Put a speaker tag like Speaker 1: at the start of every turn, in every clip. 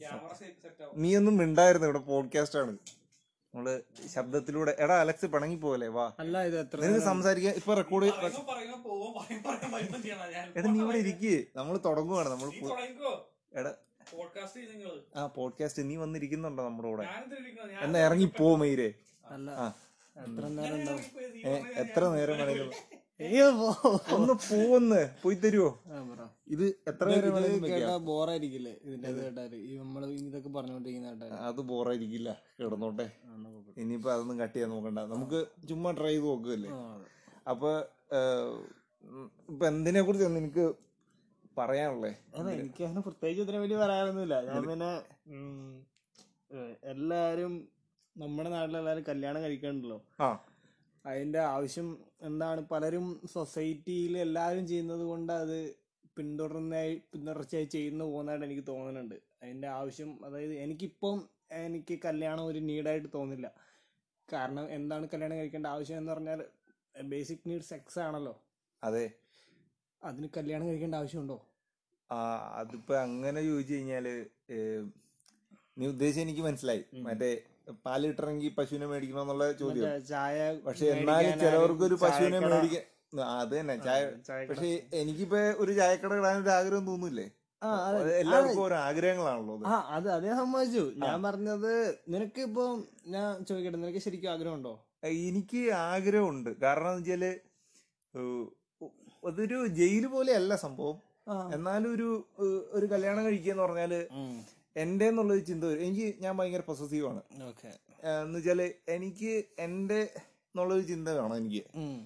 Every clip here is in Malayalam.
Speaker 1: ക്യാമറ സെറ്റ് ആവും
Speaker 2: നീ ഒന്നും മിണ്ടായിരുന്നു ഇവിടെ പോഡ്കാസ്റ്റ് ആണ് നമ്മള് ശബ്ദത്തിലൂടെ എടാ അലക്സ് പിണങ്ങി പോലെ വാ
Speaker 3: അല്ല ഇത് എത്ര
Speaker 2: നിനക്ക് സംസാരിക്കാൻ ഇപ്പൊ റെക്കോർഡ്
Speaker 1: പറയുമ്പോ പറയുമ്പോ പോവും പറയും പറയും പറയുമ്പോ ചെയ്യണം ഞാൻ
Speaker 2: എടാ നീ ഇവിടെ ഇരിക്കേ നമ്മൾ തുടങ്ങുവാണ് നമ്മൾ
Speaker 1: നീ തുടങ്ങിക്കോ
Speaker 2: എടാ
Speaker 1: പോഡ്കാസ്റ്റ് ചെയ്ത് നിങ്ങള്
Speaker 2: ആ പോഡ്കാസ്റ്റ് നീ വന്നിരിക്കുന്നുണ്ടോ നമ്മുടെ കൂടെ
Speaker 1: ഞാനെന്തിരിക്കണോ
Speaker 2: എന്നാ ഇറങ്ങി പോ മയിരെ
Speaker 3: അല്ല
Speaker 2: ആ
Speaker 3: എത്ര നേരം ഉണ്ടാവും
Speaker 2: ഏ, എത്ര നേരം വേണമെങ്കിലും
Speaker 3: അയ്യോ പോ.
Speaker 2: ഒന്ന് പോവെന്ന് പോയി തരുവോ
Speaker 3: ആ, പറ.
Speaker 2: ഇത് എത്ര
Speaker 3: ഇത്
Speaker 2: നേരം വേണമെങ്കിലും
Speaker 3: കേട്ടാ
Speaker 2: വെക്കാം
Speaker 3: ബോറായിരിക്കില്ലേ ഇതിന്റെ ഇത് കേട്ടാല് ഈ നമ്മള് ഇതൊക്കെ പറഞ്ഞോണ്ടിരിക്കുന്ന കേട്ടാല്
Speaker 2: അത് ബോറായിരിക്കില്ല കിടന്നോട്ടെ
Speaker 3: ആ, എന്നാ കുഴപ്പമില്ല.
Speaker 2: ഇനിയിപ്പോ അതൊന്നും കട്ട് ചെയ്യാൻ നോക്കണ്ട നമുക്ക് ചുമ്മാ ട്രൈ ചെയ്ത് നോക്കുകയല്ലേ
Speaker 3: ആ, അതെ.
Speaker 2: അപ്പൊ ഇപ്പൊ എന്തിനെ കുറിച്ച് എനിക്ക് പറയാനുള്ളേ
Speaker 3: അല്ല എനിക്ക് അങ്ങനെ പ്രത്യേകിച്ച് ഇതിനെ വലിയ പറയാനൊന്നുമില്ല ഞാൻ പിന്നെ ഉം, ഏഹ്, എല്ലാരും നമ്മുടെ നാട്ടിലെല്ലാരും കല്യാണം കഴിക്കണ്ടല്ലോ
Speaker 2: ആ
Speaker 3: അതിന്റെ ആവശ്യം എന്താണ് പലരും സൊസൈറ്റിയിൽ എല്ലാവരും ചെയ്യുന്നത് കൊണ്ട് അത് പിന്തുടർന്നായി പിന്തുടർച്ചയായി ചെയ്യുന്നു പോകുന്നതായിട്ട് എനിക്ക് തോന്നുന്നുണ്ട് അതിന്റെ ആവശ്യം അതായത് എനിക്കിപ്പം എനിക്ക് കല്യാണം ഒരു നീഡായിട്ട് തോന്നില്ല കാരണം എന്താണ് കല്യാണം കഴിക്കേണ്ട ആവശ്യം എന്ന് പറഞ്ഞാൽ ബേസിക് നീഡ് സെക്സ് ആണല്ലോ
Speaker 2: അതെ
Speaker 3: അതിന് കല്യാണം കഴിക്കേണ്ട ആവശ്യമുണ്ടോ
Speaker 2: ആ അതിപ്പോ അങ്ങനെ ചോദിച്ചു കഴിഞ്ഞാല് ഏം, നീ ഉദ്ദേശിച്ച എനിക്ക് മനസ്സിലായി
Speaker 3: ഉം.
Speaker 2: മറ്റേ പാല് കിട്ടണമെങ്കിൽ പശുവിനെ മേടിക്കണമെന്നുള്ള ചോദ്യം
Speaker 3: മറ്റേ ചായ
Speaker 2: പക്ഷെ എന്നാലും ചിലവർക്ക് ഒരു പശുവിനെ
Speaker 3: ചായക്കട-
Speaker 2: മേടിക്കാൻ ആ, അത് തന്നെ ചായ
Speaker 3: ചായക്കട-
Speaker 2: പക്ഷെ എനിക്കിപ്പോ ഒരു ചായക്കട ഇടാൻ ഒരു ആഗ്രഹം തോന്നൂലേ
Speaker 3: ആ, അതെ.
Speaker 2: അത് എല്ലാവർക്കും ഓരോ ആഗ്രഹങ്ങളാണല്ലോ അത്.
Speaker 3: ആ അത് അതേ സമ്മതിച്ചു ഞാൻ പറഞ്ഞത് നിനക്ക് ഇപ്പം ഞാൻ ചോദിക്കട്ടെ നിനക്ക് ശരിക്കും ആഗ്രഹമുണ്ടോ
Speaker 2: എനിക്ക് ആഗ്രഹമുണ്ട് കാരണം എന്ന് വെച്ചാല് ഏഹ്, അതൊരു ജയിൽ പോലെയല്ല സംഭവം
Speaker 3: ആ.
Speaker 2: എന്നാലും ഒരു ഏഹ്, ഒരു കല്യാണം കഴിക്കുക എന്ന് പറഞ്ഞാല്
Speaker 3: ഉം.
Speaker 2: എൻ്റെ എന്നുള്ളൊരു ചിന്ത വരും. എനിക്ക് ഞാൻ ഭയങ്കര പൊസസീവാണ്
Speaker 3: ഓക്കെ
Speaker 2: എന്ന് വെച്ചാല് എനിക്ക് എൻ്റെ എന്നുള്ളൊരു ചിന്ത വേണം എനിക്ക്
Speaker 3: ഉം.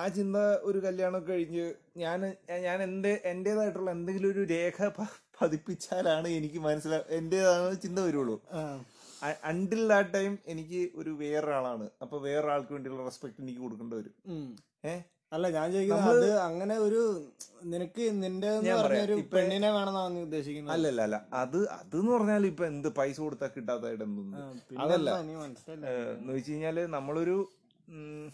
Speaker 2: ആ ചിന്ത ഒരു കല്യാണമൊക്കെ കഴിഞ്ഞ് ഞാൻ ഞാൻ എൻ്റെ എൻ്റേതായിട്ടുള്ള എന്തെങ്കിലും ഒരു രേഖ പ- പതിപ്പിച്ചാലാണ് എനിക്ക് മനസ്സിലാ എൻ്റേതാണ് ചിന്ത വരുള്ളൂ
Speaker 3: ആ.
Speaker 2: അണ്ടിൽ ദാറ്റ് ടൈം എനിക്ക് ഒരു വേറൊരാളാണ് അപ്പൊ വേറൊരാൾക്ക് വേണ്ടിയുള്ള റെസ്പെക്ട് എനിക്ക് കൊടുക്കേണ്ടി വരും
Speaker 3: ഉം.
Speaker 2: ഏ?
Speaker 3: അല്ല ഞാൻ ചോദിക്കുന്നത് അത് അങ്ങനെ ഒരു നിനക്ക് നിന്റെ എന്ന്
Speaker 2: ഞാൻ
Speaker 3: പറഞ്ഞ
Speaker 2: പറയാം.
Speaker 3: ഒരു
Speaker 2: ഇപ്പൊ-
Speaker 3: പെണ്ണിനെ വേണമെന്നാണ് നീ ഉദ്ദേശിക്കുന്നത്
Speaker 2: അല്ലല്ല അല്ല അത് അത് എന്ന് പറഞ്ഞാൽ ഇപ്പൊ എന്ത് പൈസ കൊടുത്താൽ കിട്ടാത്തതായിട്ട് എന്തൊന്നും
Speaker 3: ആ, പിന്നെ
Speaker 2: അതല്ല.
Speaker 3: എന്താ നീ മനസ്സിലായില്ല.
Speaker 2: എന്ന് വെച്ച് കഴിഞ്ഞാല് നമ്മളൊരു ഉം,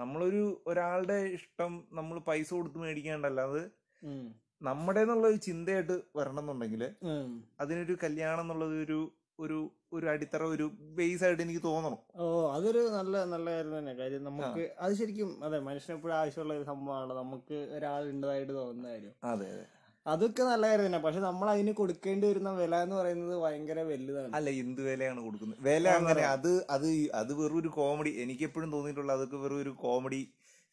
Speaker 2: നമ്മളൊരു ഒരാളുടെ ഇഷ്ടം നമ്മൾ പൈസ കൊടുത്ത് മേടിക്കാണ്ടല്ല അത്
Speaker 3: ഉം.
Speaker 2: നമ്മുടെ എന്നുള്ള ഒരു ചിന്തയായിട്ട് വരണം എന്നുണ്ടെങ്കിൽ
Speaker 3: ഉം.
Speaker 2: അതിനൊരു കല്യാണം എന്നുള്ളത് ഒരു ഒരു ഒരു അടിത്തറ ഒരു ബേസ് ആയിട്ട് എനിക്ക് തോന്നണം
Speaker 3: ഓ അതൊരു നല്ല നല്ല കാര്യം തന്നെ കാര്യം നമുക്ക് അത് ശരിക്കും അതെ മനുഷ്യന് എപ്പോഴും ആവശ്യമുള്ള ഒരു സംഭവമാണ് നമുക്ക് ഒരാളുണ്ടായിട്ട് തോന്നുന്ന കാര്യം
Speaker 2: അതെ അതെ
Speaker 3: അതൊക്കെ നല്ല കാര്യം തന്നെ പക്ഷെ നമ്മൾ അതിന് കൊടുക്കേണ്ടി വരുന്ന വില എന്ന് പറയുന്നത് ഭയങ്കര വലുതാണ്
Speaker 2: അല്ല എന്ത് വിലയാണ് കൊടുക്കുന്നത് വില അങ്ങനെ അത് അത് ഈ- അത് വെറും ഒരു കോമഡി എനിക്ക് എപ്പോഴും തോന്നിയിട്ടുള്ള അതൊക്കെ വെറും ഒരു കോമഡി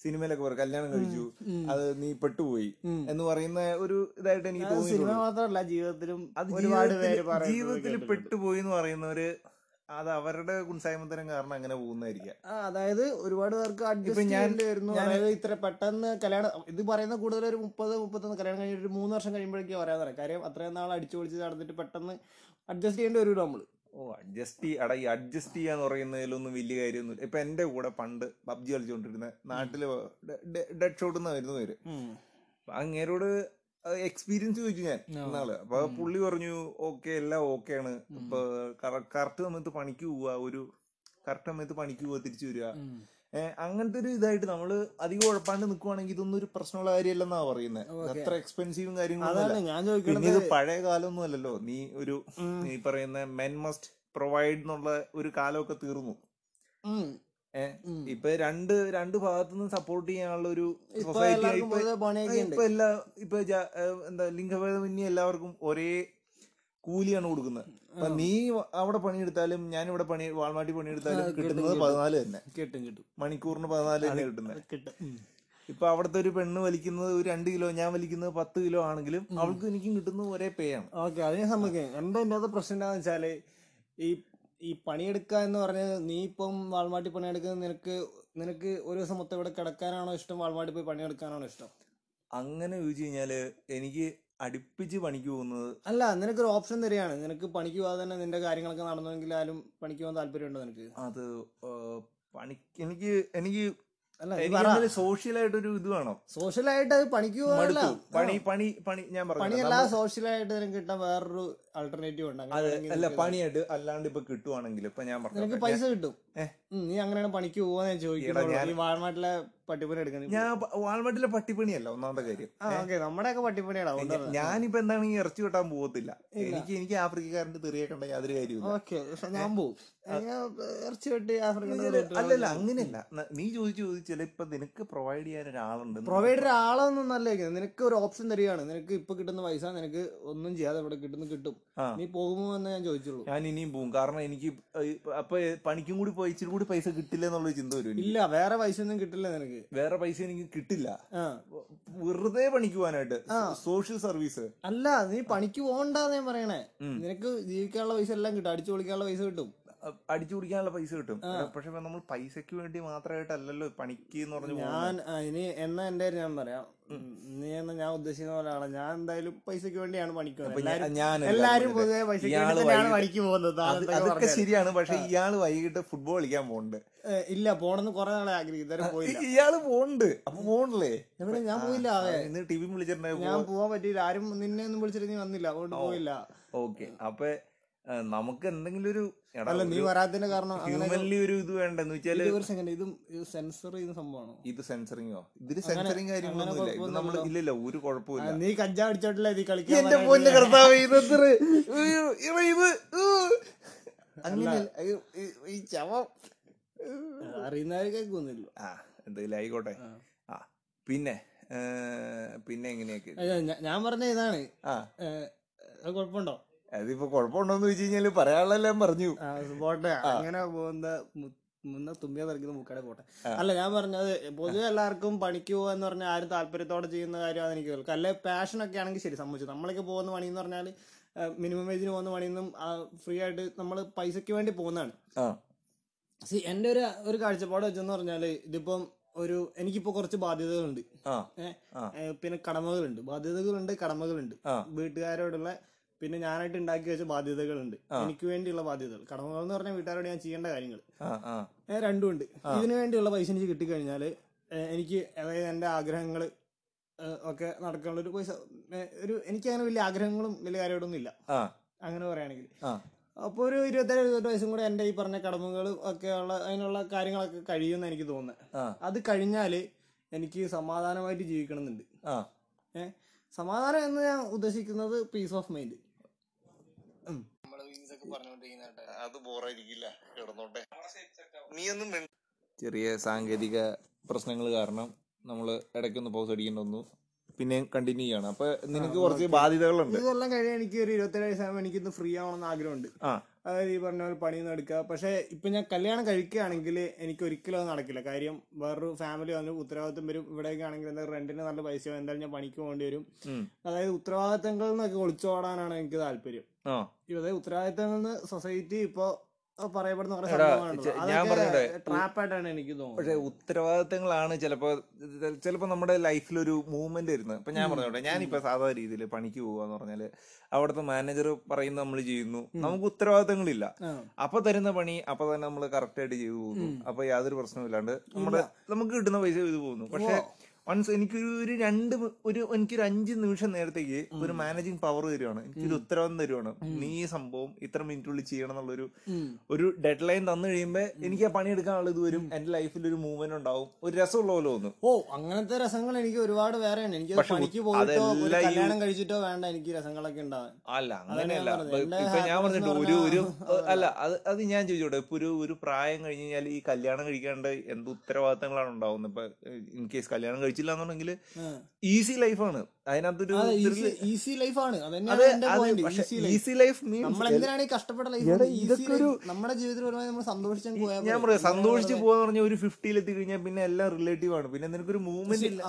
Speaker 2: സിനിമയിലൊക്കെ പറയും കല്യാണം കഴിച്ചു അത് നീ പെട്ടുപോയി
Speaker 3: ഉം.
Speaker 2: എന്ന് പറയുന്ന ഒരു ഇതായിട്ട് എനിക്ക് തോന്നിയിട്ടുള്ളൂ
Speaker 3: സിനിമ മാത്രമല്ല ജീവിതത്തിലും
Speaker 2: അത്
Speaker 3: ഒരുപാട്
Speaker 2: ജീവിതത്തിൽ-
Speaker 3: പേര് പറയുന്നത്
Speaker 2: ജീവിതത്തിൽ
Speaker 3: കേട്ടിട്ടുണ്ട്.
Speaker 2: പെട്ടുപോയി എന്ന് പറയുന്നവര് അത് അവരുടെ ഗുണസായ്മത്തരം കാരണം അങ്ങനെ പോകുന്നതായിരിക്കാം
Speaker 3: ആ, അതായത് ഒരുപാട് പേർക്ക്
Speaker 2: ഇപ്പൊ
Speaker 3: അഡ്ജസ്റ്റ്
Speaker 2: ഞാൻ-
Speaker 3: ചെയ്യേണ്ടി വരുന്നു
Speaker 2: ഞാൻ-
Speaker 3: അതായത് ഇത്ര പെട്ടെന്ന് കല്യാണം ഇത് പറയുന്ന കൂടുതൽ ഒരു മുപ്പത് മുപ്പത്തൊന്ന് കല്യാണം കഴിഞ്ഞിട്ട് ഒരു മൂന്ന് വർഷം കഴിയുമ്പോഴേക്കും പറയാൻ തരാം കാര്യം അത്രയും നാൾ അടിച്ചു പൊളിച്ച് നടന്നിട്ട് പെട്ടെന്ന് അഡ്ജസ്റ്റ് ചെയ്യേണ്ടി വരുമല്ലോ നമ്മള്
Speaker 2: ഓ അഡ്ജസ്റ്റ് അടാ ഈ അഡ്ജസ്റ്റ് ചെയ്യാന്ന് പറയുന്നതിലൊന്നും വലിയ കാര്യമൊന്നുമില്ല ഇപ്പൊ എന്റെ കൂടെ പണ്ട് പബ്ജി കളിച്ചുകൊണ്ടിരുന്ന നാട്ടില് ഡെഡ് ഷോട്ട് എന്ന് വരുന്ന പേര് അപ്പൊ അങ്ങേരോട് എക്സ്പീരിയൻസ് ചോദിച്ചു ഞാൻ എന്നാള് അപ്പൊ പുള്ളി പറഞ്ഞു ഓക്കെ എല്ലാം okay ആണ് ഇപ്പൊ കറക്റ്റ് സമയത്ത് പണിക്ക് പോവുക ഒരു കറക്റ്റ് സമയത്ത് പണിക്ക് പോവുക തിരിച്ചു വരിക ഏ, അങ്ങനത്തെ ഒരു ഇതായിട്ട് നമ്മള് അധികം ഉഴപ്പാണ്ട് നിൽക്കുവാണെങ്കിൽ ഇതൊന്നും ഒരു പ്രശ്നമുള്ള കാര്യമല്ലെന്നാ പറയുന്നത് അത്ര എക്സ്പെൻസീവും കാര്യങ്ങളും
Speaker 3: അതാണ് ഞാൻ
Speaker 2: പിന്നെ
Speaker 3: ചോദിക്കുന്നത്
Speaker 2: ഇത് പഴയ കാലമൊന്നും അല്ലല്ലോ നീ ഒരു നീ പറയുന്ന മെൻ മസ്റ്റ് പ്രൊവൈഡ് എന്നുള്ള ഒരു കാലമൊക്കെ തീർന്നു
Speaker 3: ഉം.
Speaker 2: ഏ,
Speaker 3: ഉം.
Speaker 2: ഇപ്പൊ രണ്ട് രണ്ട് ഭാഗത്തു നിന്ന് സപ്പോർട്ട് ചെയ്യാനുള്ള ഒരു
Speaker 3: ഇപ്പൊ
Speaker 2: സൊസൈറ്റി
Speaker 3: എല്ലാവർക്കും പൊതുവെ പണിയൊക്കെ ഉണ്ട്
Speaker 2: ഇപ്പൊ എല്ലാ ഇപ്പൊ ജ- ഏ, എന്താ ലിംഗഭേദമന്യേ എല്ലാവർക്കും ഒരേ കൂലിയാണ് കൊടുക്കുന്നത് അപ്പൊ നീ അവിടെ പണിയെടുത്താലും ഞാൻ ഇവിടെ പണി വാൾമാട്ടി പണിയെടുത്താലും കിട്ടുന്നത് പതിനാല് തന്നെ
Speaker 3: കിട്ടും കിട്ടും
Speaker 2: മണിക്കൂറിന് പതിനാല് തന്നെ കിട്ടുന്നത്
Speaker 3: കിട്ടും ഉം.
Speaker 2: ഇപ്പൊ അവിടുത്തെ ഒരു പെണ്ണ് വലിക്കുന്നത് ഒരു രണ്ട് കിലോ ഞാൻ വലിക്കുന്നത് പത്ത് കിലോ ആണെങ്കിലും അവൾക്ക് എനിക്കും കിട്ടുന്നത് ഒരേ പേ ആണ്
Speaker 3: ഓക്കെ അതിനെ സംബന്ധിക്കും എന്താ എൻ്റെ അത് പ്രശ്നം എന്താണെന്ന് വെച്ചാൽ ഈ ഈ പണിയെടുക്കുക എന്ന് പറഞ്ഞത് നീ ഇപ്പം വാൾമാട്ടി പണിയെടുക്കുന്നത് നിനക്ക് നിനക്ക് ഒരു ദിവസം മൊത്തം ഇവിടെ കിടക്കാനാണോ ഇഷ്ടം വാൾമാട്ടി പോയി പണിയെടുക്കാനാണോ ഇഷ്ടം
Speaker 2: അങ്ങനെ ചോദിച്ചു കഴിഞ്ഞാല് എനിക്ക് അടുപ്പിച്ച് പണിക്ക് പോകുന്നത്
Speaker 3: അല്ല നിനക്കൊരു ഓപ്ഷൻ തരികയാണ് നിനക്ക് പണിക്ക് പോകാതെ തന്നെ നിന്റെ കാര്യങ്ങളൊക്കെ നടന്നുവെങ്കിലും പണിക്ക് പോകാൻ താല്പര്യമുണ്ടോ നിനക്ക്
Speaker 2: അത് ഏഹ്, പണിക്ക് എനിക്ക് എനിക്ക്
Speaker 3: അല്ല നീ പറ
Speaker 2: എനിക്ക് സോഷ്യലായിട്ടൊരു ഇത് വേണം
Speaker 3: സോഷ്യലായിട്ട് അത് പണിക്ക് പോകാനല്ല
Speaker 2: മടുത്തു പണി പണി പണി ഞാൻ പറഞ്ഞു
Speaker 3: പണിയല്ല സോഷ്യലായിട്ട് നിനക്ക് കിട്ടാൻ വേറൊരു ആൾട്ടർനേറ്റീവ് ഉണ്ട് അങ്ങനെ ആണെങ്കിൽ
Speaker 2: അല്ല
Speaker 3: നിനക്ക്
Speaker 2: പണിയായിട്ട് അല്ലാണ്ട് ഇപ്പൊ കിട്ടുവാണെങ്കിൽ ഇപ്പൊ ഞാൻ
Speaker 3: നിനക്ക്
Speaker 2: പറഞ്ഞു
Speaker 3: പൈസ കിട്ടും
Speaker 2: ഏ?
Speaker 3: ഉം, നീ അങ്ങനെയാണ് പണിക്ക് പോവാന്ന് ഞാൻ
Speaker 2: എടാ, ഞാൻ-
Speaker 3: ചോദിക്കുന്നത് ഈ വാൾമാട്ടിലെ പട്ടിപ്പണി എടുക്കുന്നത്
Speaker 2: ഞാൻ പ- വാൾമാർട്ടിലെ പട്ടിപ്പണിയല്ല ഒന്നാമത്തെ കാര്യം
Speaker 3: ആ ഓക്കെ നമ്മുടെയൊക്കെ പട്ടിപ്പണിയാണ് അതുകൊണ്ട്
Speaker 2: ഞാ- ഞാനിപ്പോ എന്താണ് ഈ ഇറച്ചി വെട്ടാൻ പോകത്തില്ല എനിക്ക് എനിക്ക് ആഫ്രിക്കക്കാരന്റെ തെറിയെ കണ്ട യാതൊരു കാര്യമില്ല
Speaker 3: ഓക്കെ ഞാൻ പോകും ഞാൻ ഇറച്ചി വെട്ടി ആഫ്രിക്കൻ
Speaker 2: അല്ലല്ല അങ്ങനെയല്ല ന- നീ ചോദിച്ചു ചോദിച്ചാൽ ഇപ്പൊ നിനക്ക് പ്രൊവൈഡ് ചെയ്യാൻ ഒരാളുണ്ട്
Speaker 3: പ്രൊവൈഡ് ഒരാളൊന്നും നല്ല നിനക്ക് ഒരു ഓപ്ഷൻ തരികയാണ് നിനക്ക് ഇപ്പൊ കിട്ടുന്ന പൈസ നിനക്ക് ഒന്നും ചെയ്യാതെ ഇവിടെ കിട്ടുന്ന കിട്ടും
Speaker 2: ആ.
Speaker 3: നീ പോകുമോ എന്ന് ഞാൻ ചോദിച്ചുള്ളൂ
Speaker 2: ഞാൻ ഇനിയും പോകും കാരണം എനിക്ക് ഏ, അപ്പൊ പണിക്കും കൂടി പോയി ഇച്ചിരി കൂടി പൈസ കിട്ടില്ല എന്നുള്ള ചിന്ത വരും എനിക്ക്.
Speaker 3: ഇല്ല വേറെ പൈസ ഒന്നും കിട്ടില്ല നിനക്ക്
Speaker 2: വേറെ പൈസ എനിക്ക് കിട്ടില്ല
Speaker 3: ആ
Speaker 2: വെറുതെ പണിക്ക് പോകാനായിട്ട് സോഷ്യൽ സർവീസ്
Speaker 3: അല്ല നീ പണിക്ക് പോകണ്ടെന്ന് ഞാൻ പറയണേ നിനക്ക് ജീവിക്കാനുള്ള പൈസ എല്ലാം കിട്ടും അടിച്ചു പൊളിക്കാനുള്ള പൈസ കിട്ടും
Speaker 2: അടിച്ചു കുടിക്കാനുള്ള പൈസ കിട്ടും പക്ഷെ ഇപ്പൊ നമ്മൾ പൈസക്ക് വേണ്ടി മാത്രമായിട്ടല്ലല്ലോ പണിക്ക് എന്ന് പറഞ്ഞു പോകുന്നത്.
Speaker 3: ഞാൻ ആ, ഇനി എന്നാ എന്റെ കാര്യം ഞാൻ പറയാം നീ എന്നാ ഞാൻ ഉദ്ദേശിക്കുന്ന പോലെയാണ് ഞാൻ എന്തായാലും പൈസക്ക് വേണ്ടിയാണ് പണിക്ക് പോകുന്നത്
Speaker 2: ഞാൻ-
Speaker 3: എല്ലാരും-
Speaker 2: ഞാനല്ല
Speaker 3: എല്ലാരും
Speaker 2: പറഞ്ഞത്.
Speaker 3: പൊതുവെ പൈസക്ക്
Speaker 2: ഇയാള്
Speaker 3: വേണ്ടി തന്നെയാണ്
Speaker 2: വൈകിട്ട്
Speaker 3: പണിക്ക് പോകുന്നത് താൻ
Speaker 2: അത്
Speaker 3: എന്തൊക്കെ
Speaker 2: അതൊക്കെ
Speaker 3: പറഞ്ഞാലും.
Speaker 2: ശരിയാണ് പക്ഷെ ഇയാള് വൈകിട്ട് ഫുട്ബോൾ കളിക്കാൻ പോകുന്നുണ്ട്
Speaker 3: ഏ, ഇല്ല പോണെന്ന് കുറെ നാളെ ആഗ്രഹിക്കും ഇതുവരെ പോയില്ല
Speaker 2: ഇയാള് പോകുന്നുണ്ട് അപ്പൊ പോകണില്ലേ
Speaker 3: എവിടെ ഞാൻ പോയില്ല
Speaker 2: ആ, ഇന്ന് ടി വി
Speaker 3: ഞാൻ
Speaker 2: വിളിച്ചിട്ടുണ്ടായിരുന്നു
Speaker 3: പോവാൻ പറ്റിയില്ല ആരും നിന്നെ ഒന്നും വിളിച്ചിട്ട് നീ വന്നില്ല അതുകൊണ്ട് പോയില്ല
Speaker 2: ഓക്കെ അപ്പൊ ഏ, നമുക്ക് എന്തെങ്കിലും ഒരു എടാ,
Speaker 3: അല്ല നീ
Speaker 2: ഒരു
Speaker 3: വരാത്തതിന്റെ കാരണം അങ്ങനെ
Speaker 2: ഹ്യൂമൻലി ഒരു ഇത് വേണ്ടെന്ന് വെച്ചാല്
Speaker 3: ഇത് ഒരു സെക്കൻഡ് ഇതും ഇത് സെൻസർ ചെയ്യുന്ന സംഭവമാണോ
Speaker 2: ഇത് സെൻസറിങ്ങോ ഇതില് സെൻസറിങ് കാര്യങ്ങളൊന്നും ഇല്ല ഇത് നമ്മൾ
Speaker 3: കുഴപ്പമൊന്നുമില്ലല്ലോ.
Speaker 2: ഇല്ലല്ല ഒരു കുഴപ്പമില്ല
Speaker 3: ആ, നീ കഞ്ചാവ് അടിച്ചോട്ടില്ല ഇത് കളിക്കാൻ
Speaker 2: എന്റെ
Speaker 3: വരാൻ
Speaker 2: പൊന്ന്
Speaker 3: ഇല്ലേ?
Speaker 2: കർത്താവ് ഇത് എത്ര- അയ്യോ, ഇവ ഇത് ഊ. അങ്ങനെ അയ്യോ, ഈ- ഈ ചവം
Speaker 3: അറിയുന്നവര് കേൾക്കുന്നില്ല
Speaker 2: ആ എന്തെങ്കിലും ആയിക്കോട്ടെ ആ പിന്നെ ഏ, പിന്നെ എങ്ങനെയൊക്കെ
Speaker 3: അയ്യോ, ഞാ- ഞാൻ പറഞ്ഞ ഇതാണ്
Speaker 2: ആ
Speaker 3: ഏ, അത് കുഴപ്പമുണ്ടോ
Speaker 2: അതിപ്പോ കുഴപ്പമുണ്ടോന്ന് ചോദിച്ചു കഴിഞ്ഞാല് പറയാനുള്ളതെല്ലാം പറഞ്ഞു
Speaker 3: ആ, പോട്ടെ അങ്ങനെ പോകുന്ന മു- മുന്ന തുമ്പിയ തെറിക്കുന്ന മുക്കടെ പോട്ടെ അല്ല ഞാൻ പറഞ്ഞത് പൊതുവെ എല്ലാവർക്കും പണിക്ക് പോകുക എന്ന് പറഞ്ഞാൽ ആരും താല്പര്യത്തോടെ ചെയ്യുന്ന കാര്യമാണ് എനിക്ക് കേൾക്കുക അല്ലെ പാഷൻ ഒക്കെ ആണെങ്കിൽ ശരി സമ്മതിച്ചു നമ്മളൊക്കെ പോകുന്ന പണി എന്ന് പറഞ്ഞാൽ മിനിമം വേജിന് പോകുന്ന പണിയൊന്നും ഫ്രീ ആയിട്ട് നമ്മൾ പൈസയ്ക്ക് വേണ്ടി പോകുന്നതാണ്
Speaker 2: ആ
Speaker 3: സി എൻ്റെ ഒരു ഒരു കാഴ്ചപ്പാട് വെച്ചെന്ന് പറഞ്ഞാൽ ഇതിപ്പം ഒരു എനിക്കിപ്പോൾ കുറച്ച് ബാധ്യതകളുണ്ട്
Speaker 2: ആ
Speaker 3: ഏ,
Speaker 2: ആ.
Speaker 3: ഏ, പിന്നെ കടമകളുണ്ട് ബാധ്യതകളുണ്ട് കടമകളുണ്ട്
Speaker 2: ആ.
Speaker 3: വീട്ടുകാരോടുള്ള പിന്നെ ഞാനായിട്ട് ഉണ്ടാക്കി വെച്ച ബാധ്യതകളുണ്ട് എനിക്ക് വേണ്ടിയുള്ള ബാധ്യതകൾ കടമകൾ എന്ന് പറഞ്ഞാൽ വീട്ടുകാരോട് ഞാൻ ചെയ്യേണ്ട കാര്യങ്ങൾ
Speaker 2: ആ ആ
Speaker 3: ഏ, രണ്ടും ഉണ്ട് ഇതിനു വേണ്ടിയുള്ള പൈസ എനിക്ക് കിട്ടിക്കഴിഞ്ഞാൽ എനിക്ക് അതായത് എൻ്റെ ആഗ്രഹങ്ങൾ ഒക്കെ നടക്കാനുള്ള ഒരു പൈസ ഏ, ഒരു എനിക്ക് അങ്ങനെ വലിയ ആഗ്രഹങ്ങളും വലിയ കാര്യമായിട്ടൊന്നും ഇല്ല
Speaker 2: ആ
Speaker 3: അങ്ങനെ പറയുകയാണെങ്കിൽ
Speaker 2: ആ
Speaker 3: അപ്പോൾ ഒരു ഇരുപത്തേഴ് ഇരുപത്തെട്ട് വയസ്സും കൂടെ എൻ്റെ ഈ പറഞ്ഞ കടമകൾ ഒക്കെ ഉള്ള അതിനുള്ള കാര്യങ്ങളൊക്കെ കഴിയുമെന്ന് എനിക്ക് തോന്നുന്നത്
Speaker 2: ആ
Speaker 3: അത് കഴിഞ്ഞാൽ എനിക്ക് സമാധാനമായിട്ട് ജീവിക്കണം എന്നുണ്ട്
Speaker 2: ആ
Speaker 3: ഏ സമാധാനം എന്ന് ഞാൻ ഉദ്ദേശിക്കുന്നത് പീസ് ഓഫ് മൈൻഡ്
Speaker 2: അത് ബോറായിരിക്കില്ല കിടന്നോട്ടെ നീ ഒന്നും ചെറിയ സാങ്കേതിക പ്രശ്നങ്ങൾ കാരണം നമ്മൾ ഇടയ്ക്കൊന്ന് പൗസ് അടിക്കേണ്ടി വന്നു പിന്നെ കണ്ടിന്യൂ ചെയ്യണം അപ്പൊ നിനക്ക് കുറച്ച് ബാധ്യതകളുണ്ട്
Speaker 3: ഇതെല്ലാം കഴിഞ്ഞാൽ എനിക്ക് ഒരു ഇരുപത്തേഴ് വയസ്സാകുമ്പോൾ എനിക്കിന്ന് ഫ്രീ ആവണമെന്ന് ആഗ്രഹമുണ്ട്
Speaker 2: ആ
Speaker 3: അതായത് ഈ പറഞ്ഞ പോലെ പണിയൊന്നും എടുക്കുക പക്ഷേ ഇപ്പം ഞാൻ കല്യാണം കഴിക്കുകയാണെങ്കിൽ എനിക്ക് ഒരിക്കലും അത് നടക്കില്ല കാര്യം വേറൊരു ഫാമിലി വന്നു ഉത്തരവാദിത്വം വരും ഇവിടെയൊക്കെ ആണെങ്കിൽ എന്താ റെന്റിന് നല്ല പൈസയോ എന്തായാലും ഞാൻ പണിക്ക് പോകേണ്ടി വരും
Speaker 2: ഉം.
Speaker 3: അതായത് ഉത്തരവാദിത്തങ്ങളിൽ നിന്നൊക്കെ ഒളിച്ചോടാനാണ് എനിക്ക് താല്പര്യം
Speaker 2: ആ
Speaker 3: ഇവിടെ ഉത്തരവാദിത്തങ്ങളിൽ നിന്ന് സൊസൈറ്റി ഇപ്പോ പറയപ്പെടുന്ന കുറെ
Speaker 2: എടാ,
Speaker 3: സംഭവങ്ങളുണ്ടല്ലോ.
Speaker 2: ചെ- ഞാൻ
Speaker 3: അതൊക്കെ
Speaker 2: പറഞ്ഞോട്ടെ?
Speaker 3: trap ആയിട്ടാണ് എനിക്ക് തോന്നുന്നത്
Speaker 2: പക്ഷെ ഉത്തരവാദിത്തങ്ങളാണ് ചിലപ്പോ ചിലപ്പോ നമ്മുടെ ലൈഫിൽ ഒരു മൂവ്മെന്റ് വരുന്നത് ഇപ്പൊ ഞാൻ പറഞ്ഞോട്ടെ ഞാനിപ്പോ സാധാ രീതിയിൽ പണിക്ക് പോവാന്ന് പറഞ്ഞാല് അവിടുത്തെ മാനേജർ പറയുന്ന നമ്മൾ ചെയ്യുന്നു നമുക്ക് ഉത്തരവാദിത്തങ്ങളില്ല
Speaker 3: ആ.
Speaker 2: അപ്പൊ തരുന്ന പണി അപ്പൊ തന്നെ നമ്മൾ കറക്റ്റ് ആയിട്ട് ചെയ്തു പോകുന്നു അപ്പൊ യാതൊരു പ്രശ്നമില്ലാണ്ട് നമ്മുടെ നമുക്ക് കിട്ടുന്ന പൈസ ഇത് പോകുന്നു പക്ഷെ വൺസ് എനിക്കൊരു ഒരു രണ്ട് മി- ഒരു എനിക്കൊരു അഞ്ച് നിമിഷം നേരത്തേക്ക് ഒരു മാനേജിങ് പവർ തരുവാണ് എനിക്കൊരു ഉത്തരവാദിത്തം തരുവാണ് നീ ഈ സംഭവം ഇത്ര മിനിറ്റുള്ളിൽ ചെയ്യണം എന്നുള്ളൊരു
Speaker 3: ഉം.
Speaker 2: ഒരു ഡെഡ് ലൈൻ തന്നു കഴിയുമ്പോ എനിക്ക് ആ പണി എടുക്കാനുള്ള ഇത് വരും എന്റെ ലൈഫിൽ ഒരു മൂവ്മെന്റ് ഉണ്ടാവും ഒരു രസമുള്ള പോലെ തോന്നും
Speaker 3: ഓ അങ്ങനത്തെ രസങ്ങൾ എനിക്ക് ഒരുപാട് വേറെയാണ് എനിക്ക്
Speaker 2: പക്ഷെ
Speaker 3: പണിക്ക് പോയിട്ടോ ഒരു
Speaker 2: അതെല്ലാം ഈ-
Speaker 3: കല്യാണം കഴിച്ചിട്ടോ വേണ്ട എനിക്ക് രസങ്ങളൊക്കെ ഉണ്ടാവാൻ
Speaker 2: അല്ല അങ്ങനെയല്ല
Speaker 3: ഞാൻ പറഞ്ഞത്. എന്റെ
Speaker 2: ഇപ്പൊ ഞാൻ
Speaker 3: happiness
Speaker 2: പറഞ്ഞിട്ട്
Speaker 3: എന്ന്
Speaker 2: ഒരു ഒരു
Speaker 3: പറഞ്ഞാ-
Speaker 2: ഏഹ്, അല്ല അത് അത് ഞാൻ ചോദിച്ചോട്ടെ ഇപ്പൊ ഒരു ഒരു പ്രായം കഴിഞ്ഞ് കഴിഞ്ഞാൽ ഈ കല്യാണം കഴിക്കാണ്ട് എന്ത് ഉത്തരവാദിത്തങ്ങളാണ് ഉണ്ടാവുന്നത് ഇപ്പൊ ഇൻ കേസ് കല്യാണം കഴിച്ചില്ല എന്നുണ്ടെങ്കിൽ ഈസി ലൈഫാണ് അതിനകത്തൊരു
Speaker 3: ഈസി ലൈഫാണ്
Speaker 2: അത്
Speaker 3: അതന്നെയാണ് എന്റെ
Speaker 2: അത്
Speaker 3: പോയിന്റ്
Speaker 2: പക്ഷെ
Speaker 3: ഈസി ലൈഫ്
Speaker 2: ഈസി ലൈഫ്
Speaker 3: നമ്മൾ
Speaker 2: മീൻസ്
Speaker 3: എന്തിനാണ് ഈ കഷ്ടപ്പെട്ട
Speaker 2: എടാ,
Speaker 3: ലൈഫ്
Speaker 2: ഇതൊക്കെ ഒരു-
Speaker 3: നമ്മുടെ ജീവിതത്തിൽ ഒരുപാട് നമ്മൾ സന്തോഷിച്ചു പോയാൽ
Speaker 2: ഞാൻ പറയാം സന്തോഷിച്ച് പോവാന്ന് പറഞ്ഞാൽ ഒരു ഫിഫ്റ്റിയിൽ എത്തി കഴിഞ്ഞാൽ പിന്നെ എല്ലാം റിലേറ്റീവ് ആണ് പിന്നെ നിനക്കൊരു മൂവ്മെന്റ് ഇല്ല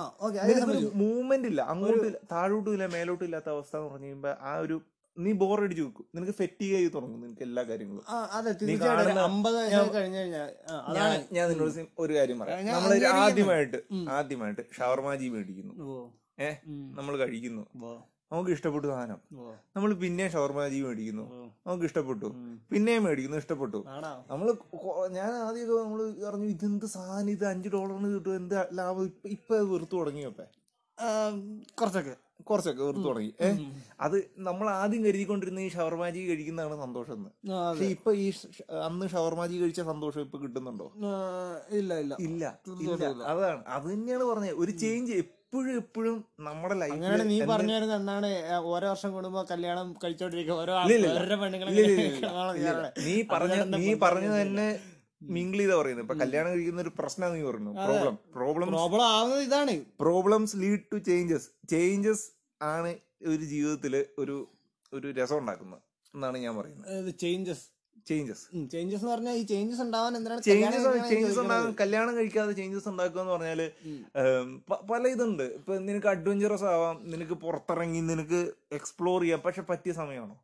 Speaker 2: നിനക്കൊരു മൂവ്മെന്റ് ഇല്ല അങ്ങോട്ടും ഇല്ല താഴോട്ടും ഇല്ല മേലോട്ടും ഇല്ലാത്ത അവസ്ഥ എന്ന് പറഞ്ഞു കഴിയുമ്പോ ആ ഒരു നീ ബോറടിച്ച് വെക്കും നിനക്ക് ഫെറ്റിഗ് ആയി തുടങ്ങും നിനക്ക് എല്ലാ കാര്യങ്ങളും
Speaker 3: അതെ തീർച്ചയായിട്ടും
Speaker 2: കാണുന്ന-
Speaker 3: അമ്പത് വയസ്സൊക്കെ കഴിഞ്ഞു കഴിഞ്ഞാൽ ആ,
Speaker 2: ഞാൻ
Speaker 3: അതാണ്
Speaker 2: ഞാൻ നിന്നോട് sim- ഒരു കാര്യം പറയാം നമ്മൾ ആദ്യമായിട്ട് ആദ്യമായിട്ട് ഷവർമാജി മേടിക്കുന്നു
Speaker 3: ഓ
Speaker 2: ഏ
Speaker 3: ഉം.
Speaker 2: നമ്മൾ കഴിക്കുന്നു
Speaker 3: ഓ
Speaker 2: നമുക്ക് ഇഷ്ടപ്പെട്ടു സാധനം
Speaker 3: ഓ
Speaker 2: നമ്മൾ പിന്നെയും ഷവർമാജി മേടിക്കുന്നു
Speaker 3: ഉം.
Speaker 2: നമുക്ക് ഇഷ്ടപ്പെട്ടു പിന്നെയും മേടിക്കുന്നു ഇഷ്ടപ്പെട്ടു
Speaker 3: ആണോ
Speaker 2: നമ്മള് കൊ- ഞാൻ ആദ്യമൊക്കെ നമ്മള് പറഞ്ഞു ഇതെന്ത് സാധനം ഇത് അഞ്ച് ഡോളറിന് കിട്ടും എന്ത് ലാഭം ഇപ്പൊ ഇപ്പൊ അത് വെറുത്തു തുടങ്ങിയപ്പോ
Speaker 3: കുറച്ചൊക്കെ
Speaker 2: കുറച്ചൊക്കെ വെറുത്ത് തുടങ്ങി ഏ അത് നമ്മൾ ആദ്യം കരുതിക്കൊണ്ടിരുന്ന ഈ ഷവർമാജി കഴിക്കുന്നതാണ് സന്തോഷം എന്ന്
Speaker 3: ആ,
Speaker 2: പക്ഷെ ഇപ്പൊ ഈ ഷ- അന്ന് ഷവർമാജി കഴിച്ച സന്തോഷം ഇപ്പൊ കിട്ടുന്നുണ്ടോ
Speaker 3: ആ, ഇല്ല ഇല്ല
Speaker 2: ഇല്ല ഇല്ല
Speaker 3: തീർച്ചയായിട്ടും
Speaker 2: അതാണ് അത് തന്നെയാണ് പറഞ്ഞത് ഒരു ചേഞ്ച് എപ്പോഴും എപ്പോഴും നമ്മുടെ
Speaker 3: അങ്ങനെയാണ് നീ
Speaker 2: ലൈഫിൽ
Speaker 3: പറഞ്ഞു വരുന്നത് എന്നാണ് ഏ, ഓരോ വർഷം കൂടുമ്പോ കല്യാണം കഴിച്ചോണ്ടിരിക്കും ഓരോ ആൾ-
Speaker 2: ഇല്ലില്ല.
Speaker 3: ഓരോരോ പെണ്ണുങ്ങളെ
Speaker 2: ഇല്ല, ഇല്ല, ഇല്ല.
Speaker 3: കല്യാണം
Speaker 2: ഇല്ല.
Speaker 3: ചെയ്യാറുണ്ട്.
Speaker 2: നീ പറഞ്ഞ
Speaker 3: അതുകൊണ്ടെന്താ
Speaker 2: നീ
Speaker 3: കൊണ്ടുവരുന്നത്
Speaker 2: പറഞ്ഞ തന്നെ മിങ്കിൾ ചെയ്താ പറയുന്നത് ഇപ്പൊ കല്യാണം കഴിക്കുന്ന ഒരു പ്രശ്നം നീ പറഞ്ഞു പ്രോബ്ലം പ്രോബ്ലം
Speaker 3: പ്രോബ്ലം ആവുന്നത് ഇതാണ്
Speaker 2: problems lead to changes changes ആണ് ഒരു ജീവിതത്തില് ഒരു ഒരു രസം ഉണ്ടാക്കുന്നത് എന്നാണ് ഞാൻ പറയുന്നത്
Speaker 3: ചേഞ്ചസ്
Speaker 2: ചേഞ്ചസ്
Speaker 3: ചേഞ്ചസ് എന്ന് പറഞ്ഞാൽ ഈ ചേഞ്ചസ് ഉണ്ടാവാൻ എന്തിനാണ് കല്യാണം
Speaker 2: ചേഞ്ചസ്
Speaker 3: കഴിക്കണമെന്ന്
Speaker 2: ചേഞ്ചസ്
Speaker 3: ചോദിക്കുന്നത്?
Speaker 2: ഉണ്ടാകും കല്യാണം കഴിക്കാതെ ചേഞ്ചസ് ഉണ്ടാക്കുക എന്ന് പറഞ്ഞാല്
Speaker 3: ഉം.
Speaker 2: ഏം, പ- പല ഇതുണ്ട് ഇപ്പൊ നിനക്ക് അഡ്വഞ്ചറസ് ആവാം നിനക്ക് പുറത്തിറങ്ങി നിനക്ക് എക്സ്പ്ലോർ ചെയ്യാം പക്ഷെ പറ്റിയ സമയമാണോ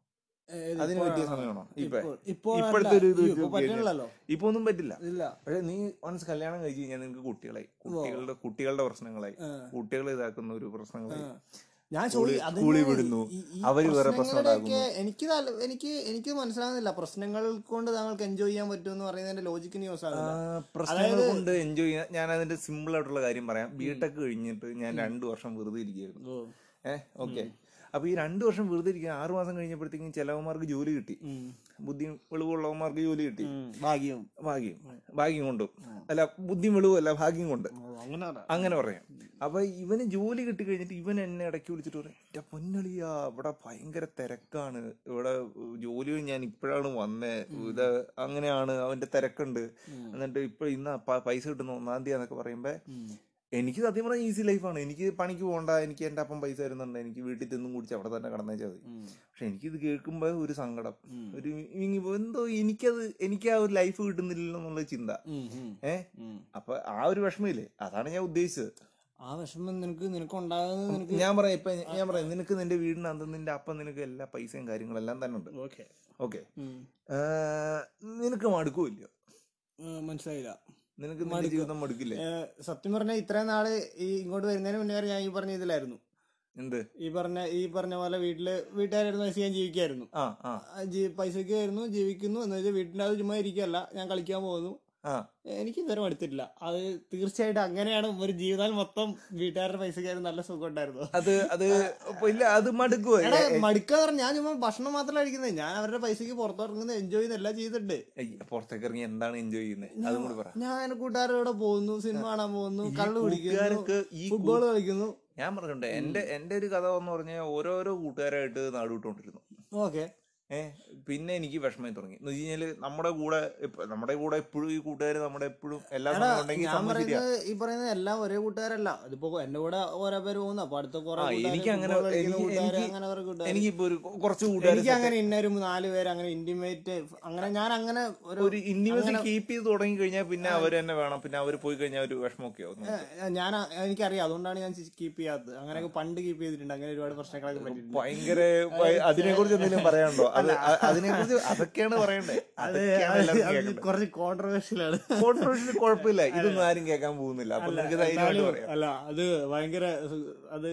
Speaker 3: ഏത്
Speaker 2: അതിന് പറ്റിയ
Speaker 3: ഇപ്പോഴാണ്?
Speaker 2: സമയമാണോ ഇപ്പൊ
Speaker 3: ഇപ്പോൾ- ഇപ്പോൾ
Speaker 2: ഇപ്പോഴത്തെ ഒരു ഇത്
Speaker 3: അല്ല.
Speaker 2: വെച്ച്
Speaker 3: ഇപ്പോൾ പറ്റണില്ലല്ലോ
Speaker 2: ഇപ്പൊ ഒന്നും പറ്റില്ല
Speaker 3: ഇല്ല
Speaker 2: പക്ഷെ നീ വൺസ് കല്യാണം കഴിച്ച് കഴിഞ്ഞാൽ നിനക്ക് കുട്ടികളായി കുട്ടികളുടെ കുട്ടികളുടെ പ്രശ്നങ്ങളായി
Speaker 3: ആ.
Speaker 2: കുട്ടികളെ ഇതാക്കുന്ന ഒരു പ്രശ്നങ്ങളായി
Speaker 3: ഞാൻ ചോദി-
Speaker 2: സ്കൂളിൽ-
Speaker 3: അതിന്
Speaker 2: സ്കൂളിൽ വിടുന്നു.
Speaker 3: ഈ- ഈ
Speaker 2: അവര് വേറെ പ്രശ്നം
Speaker 3: പ്രശ്നങ്ങളുടെയൊക്കെ എനിക്ക് താല്- എനിക്ക് എനിക്ക് മനസ്സിലാകുന്നില്ല പ്രശ്നങ്ങൾ കൊണ്ട് താങ്കൾക്ക് എൻജോയ് ചെയ്യാൻ പറ്റും എന്ന് പറയുന്നതിന്റെ ലോജിക്കിന് യൂസ്
Speaker 2: ആ,
Speaker 3: ആകുന്നില്ല
Speaker 2: പ്രശ്നങ്ങൾ കൊണ്ട് എൻജോയ് ചെയ്യാൻ ഞാൻ അതിന്റെ സിമ്പിൾ ആയിട്ടുള്ള കാര്യം പറയാം ബിടെക് കഴിഞ്ഞിട്ട് ഞാൻ രണ്ടു വർഷം വെറുതെ ഇരിക്കുകയായിരുന്നു
Speaker 3: ഓ.
Speaker 2: ഏഹ് ഓക്കെ അപ്പൊ ഈ രണ്ടു വർഷം വെറുതെ ഇരിക്കുക ആറു മാസം കഴിഞ്ഞപ്പോഴത്തേക്കും ചിലവന്മാർക്ക് ജോലി കിട്ടി
Speaker 3: ഉം.
Speaker 2: ബുദ്ധിയും വെളിവുള്ളവന്മാർക്ക് ജോലി കിട്ടി
Speaker 3: ഉം. ഭാഗ്യം
Speaker 2: ഭാഗ്യം ഭാഗ്യം കൊണ്ടും അല്ല ബുദ്ധിയും വെളിവല്ല ഭാഗ്യം കൊണ്ട്
Speaker 3: ഓ, അങ്ങനെ പറ.
Speaker 2: അങ്ങനെ പറയാം അപ്പൊ ഇവന് ജോലി കിട്ടി കഴിഞ്ഞിട്ട് ഇവൻ എന്നെ ഇടയ്ക്ക് വിളിച്ചിട്ട് പറയും എന്റെ പൊന്നളിയാ ഇവിടെ ഭയങ്കര തിരക്കാണ് ഇവിടെ ജോലി കഴിഞ്ഞ് ഞാൻ ഇപ്പോഴാണ് വന്നേ ഇത് അങ്ങനെയാണ് അവന്റെ തിരക്കുണ്ട് എന്നിട്ട് ഇപ്പൊ ഇന്ന് പ- പൈസ കിട്ടുന്ന ഒന്നാം തീയതി എന്നൊക്കെ പറയുമ്പോ എനിക്ക് സത്യം പറഞ്ഞാൽ ഈസി ലൈഫാണ് എനിക്ക് പണിക്ക് പോകണ്ട എനിക്ക് എൻ്റെ അപ്പം പൈസ തരുന്നുണ്ട് എനിക്ക് വീട്ടിൽ തിന്നും കുടിച്ച് അവിടെ തന്നെ കിടന്നേച്ചാൽ മതി
Speaker 3: ഉം.
Speaker 2: പക്ഷെ എനിക്കിത് കേൾക്കുമ്പോൾ ഒരു സങ്കടം ഒരു ഇങ്ങിപ്പോ എന്തോ എനിക്കത് എനിക്ക് ആ ഒരു ലൈഫ് കിട്ടുന്നില്ലല്ലോ എന്നുള്ള ചിന്ത
Speaker 3: ഉം, ഉം,
Speaker 2: ഏഹ്
Speaker 3: ഉം.
Speaker 2: അപ്പൊ ആ ഒരു വിഷമയില്ലേ അതാണ് ഞാൻ ഉദ്ദേശിച്ചത്
Speaker 3: ആ വിഷമം നിനക്ക് നിനക്ക് ഉണ്ടാകുന്നത് നിനക്ക്
Speaker 2: ഞാൻ പറയാം ഇപ്പൊ ഞാൻ പറയാം നിനക്ക് നിന്റെ വീടിനകത്ത് നിന്റെ അപ്പം നിനക്ക് എല്ലാ പൈസയും കാര്യങ്ങളെല്ലാം തന്നെ ഉണ്ട്
Speaker 3: ഓക്കെ
Speaker 2: ഓക്കെ നിനക്ക് മടുക്കും ഇല്ലയോ
Speaker 3: മനസ്സിലായില്ല
Speaker 2: നിനക്ക് നിന്റെ ജീവിതം മടുക്കില്ലേ
Speaker 3: ഏ, സത്യം പറഞ്ഞാൽ ഇത്രയും നാള് ഈ ഇങ്ങോട്ട് വരുന്നതിന് മുന്നേ വരെ ഞാൻ ഈ പറഞ്ഞ ഇതിലായിരുന്നു
Speaker 2: എന്ത്
Speaker 3: ഈ പറഞ്ഞ ഈ പറഞ്ഞ പോലെ വീട്ടില് വീട്ടുകാരായിരുന്നു പൈസ ഞാൻ ജീവിക്കായിരുന്നു
Speaker 2: ആ ആ
Speaker 3: ആ, ജി- പൈസയ്ക്ക് വരുന്നു ജീവിക്കുന്നു എന്ന് വെച്ചാൽ വീട്ടിൻ്റെ അത് ചുമ്മാ ഇരിക്കുകയല്ല ഞാൻ കളിക്കാൻ പോകുന്നു
Speaker 2: ആ
Speaker 3: എനിക്ക് ഇതുവരെ മടുത്തിട്ടില്ല അത് തീർച്ചയായിട്ടും അങ്ങനെയാണ് ഒരു ജീവിതം മൊത്തം വീട്ടുകാരുടെ പൈസക്കാരും നല്ല സുഖം ഉണ്ടായിരുന്നു
Speaker 2: അത് അത് ഇപ്പൊ ഇല്ല അത് മടുക്കുവോ
Speaker 3: എടാ മടുക്കാന്ന് പറഞ്ഞാൽ ഞാൻ ചുമ്മാ ഭക്ഷണം മാത്രമല്ല കഴിക്കുന്നത് ഞാൻ അവരുടെ പൈസക്ക് പുറത്തിറങ്ങുന്നത് എൻജോയ് ചെയ്യുന്ന എല്ലാം ചെയ്തിട്ടുണ്ട്
Speaker 2: ഏയ്, പുറത്തേക്ക് ഇറങ്ങി എന്താണ് എൻജോയ് ചെയ്യുന്നത് അതും കൂടി പറ
Speaker 3: ഞാൻ എന്റെ കൂട്ടുകാരോടെ പോകുന്നു സിനിമ കാണാൻ പോകുന്നു
Speaker 2: ഈ
Speaker 3: കള്ളു കുടിക്കുന്നു
Speaker 2: കൂട്ടുകാരൊക്കെ ഈ കൂ-
Speaker 3: ഫുട്ബോൾ കളിക്കുന്നു
Speaker 2: ഞാൻ പറഞ്ഞിട്ടുണ്ട് എന്റെ എന്റെ ഒരു കഥ എന്ന് പറഞ്ഞാൽ ഓരോരോ കൂട്ടുകാരായിട്ട് നാടുവിട്ടുകൊണ്ടിരുന്നു
Speaker 3: ഓക്കെ
Speaker 2: ഏഹ് പിന്നെ എനിക്ക് വിഷമമായി തുടങ്ങി എന്ന് വെച്ച് കഴിഞ്ഞാല് നമ്മുടെ കൂടെ ഇപ്പ- നമ്മുടെ കൂടെ എപ്പോഴും ഈ കൂട്ടുകാർ നമ്മുടെ എപ്പോഴും എല്ലാ
Speaker 3: എടാ,
Speaker 2: സമയം ഉണ്ടെങ്കിൽ
Speaker 3: ഞാൻ
Speaker 2: സംഭവം ശരിയാ.
Speaker 3: പറയുന്നത് ഈ പറയുന്നത് എല്ലാം ഒരേ കൂട്ടുകാരല്ല ഇതിപ്പോ എന്റെ കൂടെ ഓരോ പേര് പോകുന്നു അപ്പൊ അടുത്ത കുറെ
Speaker 2: ആ,
Speaker 3: കൂട്ടുകാര്
Speaker 2: എനിക്ക് അങ്ങനെ
Speaker 3: football കളിക്കുന്ന
Speaker 2: എനിക്ക്
Speaker 3: കൂട്ടുകാര്
Speaker 2: എനിക്ക്
Speaker 3: അങ്ങനെ കുറെ കൂട്ടുകാര്.
Speaker 2: എനിക്കിപ്പോ ഒരു കൊ- കുറച്ച് കൂട്ടുകാർ
Speaker 3: എനിക്ക് അങ്ങനെ ഇന്ന ഒരു നാല് പേര് അങ്ങനെ ഇന്റിമേറ്റ് അങ്ങനെ ഞാൻ അങ്ങനെ ഒരു
Speaker 2: ഒരു ഇന്റിമസി കീപ്പ് ചെയ്ത് തുടങ്ങി കഴിഞ്ഞാൽ പിന്നെ അവർ തന്നെ വേണം പിന്നെ അവർ പോയി കഴിഞ്ഞാൽ ഒരു വിഷമമൊക്കെ ആവും നമുക്ക്.
Speaker 3: ഞാൻ എനിക്കറിയാം അതുകൊണ്ടാണ് ഞാൻ കീപ്പ് ചെയ്യാത്തത് അങ്ങനെയൊക്കെ പണ്ട് കീപ്പ് ചെയ്തിട്ടുണ്ട് അങ്ങനെ ഒരുപാട് പ്രശ്നങ്ങളൊക്കെ പറ്റിയിട്ടുണ്ട്
Speaker 2: ഭയങ്കര അതിനെ കുറിച്ച് എന്തെങ്കിലും പറയാനുണ്ടോ അത് അതിനെ കുറിച്ച് അതൊക്കെയാണ് പറയണ്ടേ അതൊക്കെയാണ് എല്ലാവർക്കും കേൾക്കുന്നത്
Speaker 3: കുറച്ച് കോൺട്രവേഴ്ഷ്യലാണ്
Speaker 2: കോൺട്രവേഴ്സിന് കുഴപ്പമില്ല ഇതൊന്നും ആരും കേൾക്കാൻ പോകുന്നില്ല അപ്പൊ നിനക്ക് ധൈര്യമായിട്ട് പറയാം
Speaker 3: അല്ല അത് ഭയങ്കര സു- അത്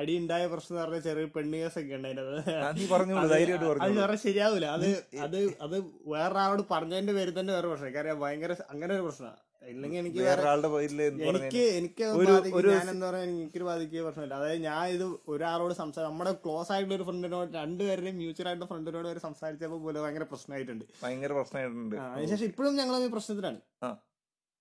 Speaker 3: അടി ഉണ്ടായ പ്രശ്നം എന്ന് പറഞ്ഞാൽ ചെറിയ പെണ്ണ് കേസൊക്കെ ഉണ്ട് അതിന്റെ അത്.
Speaker 2: ആ, നീ പറഞ്ഞോളൂ ധൈര്യമായിട്ട്
Speaker 3: അത്
Speaker 2: പറഞ്ഞോളൂ
Speaker 3: വേറെ ശരിയാവൂല അത് അത് അത് വേറൊരാളോട് പറഞ്ഞതിന്റെ പേര് തന്നെ വേറെ പ്രശ്നം കാരണം ഭയങ്കര സ- അങ്ങനെ ഒരു പ്രശ്നമാണ് ഇല്ലെങ്കിൽ എനിക്ക് വേറെ
Speaker 2: വേറൊരാളുടെ പേരിൽ എന്ന് പറഞ്ഞു
Speaker 3: എനിക്ക് എനിക്ക് അത്
Speaker 2: ഒരു-
Speaker 3: ബാധിക്കും.
Speaker 2: ഒരു-
Speaker 3: ഞാനെന്താ പറയാ എനിക്കൊരു ബാധിക്കുക പ്രശ്നമില്ല അതായത് ഞാൻ ഇത് ഒരാളോട് സംസാരം നമ്മുടെ ക്ലോസ് ആയിട്ടുള്ള ഒരു ഫ്രണ്ടിനോട് രണ്ടുപേരുടെയും മ്യൂച്വൽ ആയിട്ടുള്ള ഫ്രണ്ടിനോട് വരെ സംസാരിച്ചപ്പോൾ പോലും ഭയങ്കര പ്രശ്നമായിട്ടുണ്ട്
Speaker 2: ഭയങ്കര പ്രശ്നമായിട്ടുണ്ട്
Speaker 3: ആ, അതിനുശേഷം ഇപ്പോഴും ഞങ്ങൾ ഈ പ്രശ്നത്തിലാണ്
Speaker 2: ആ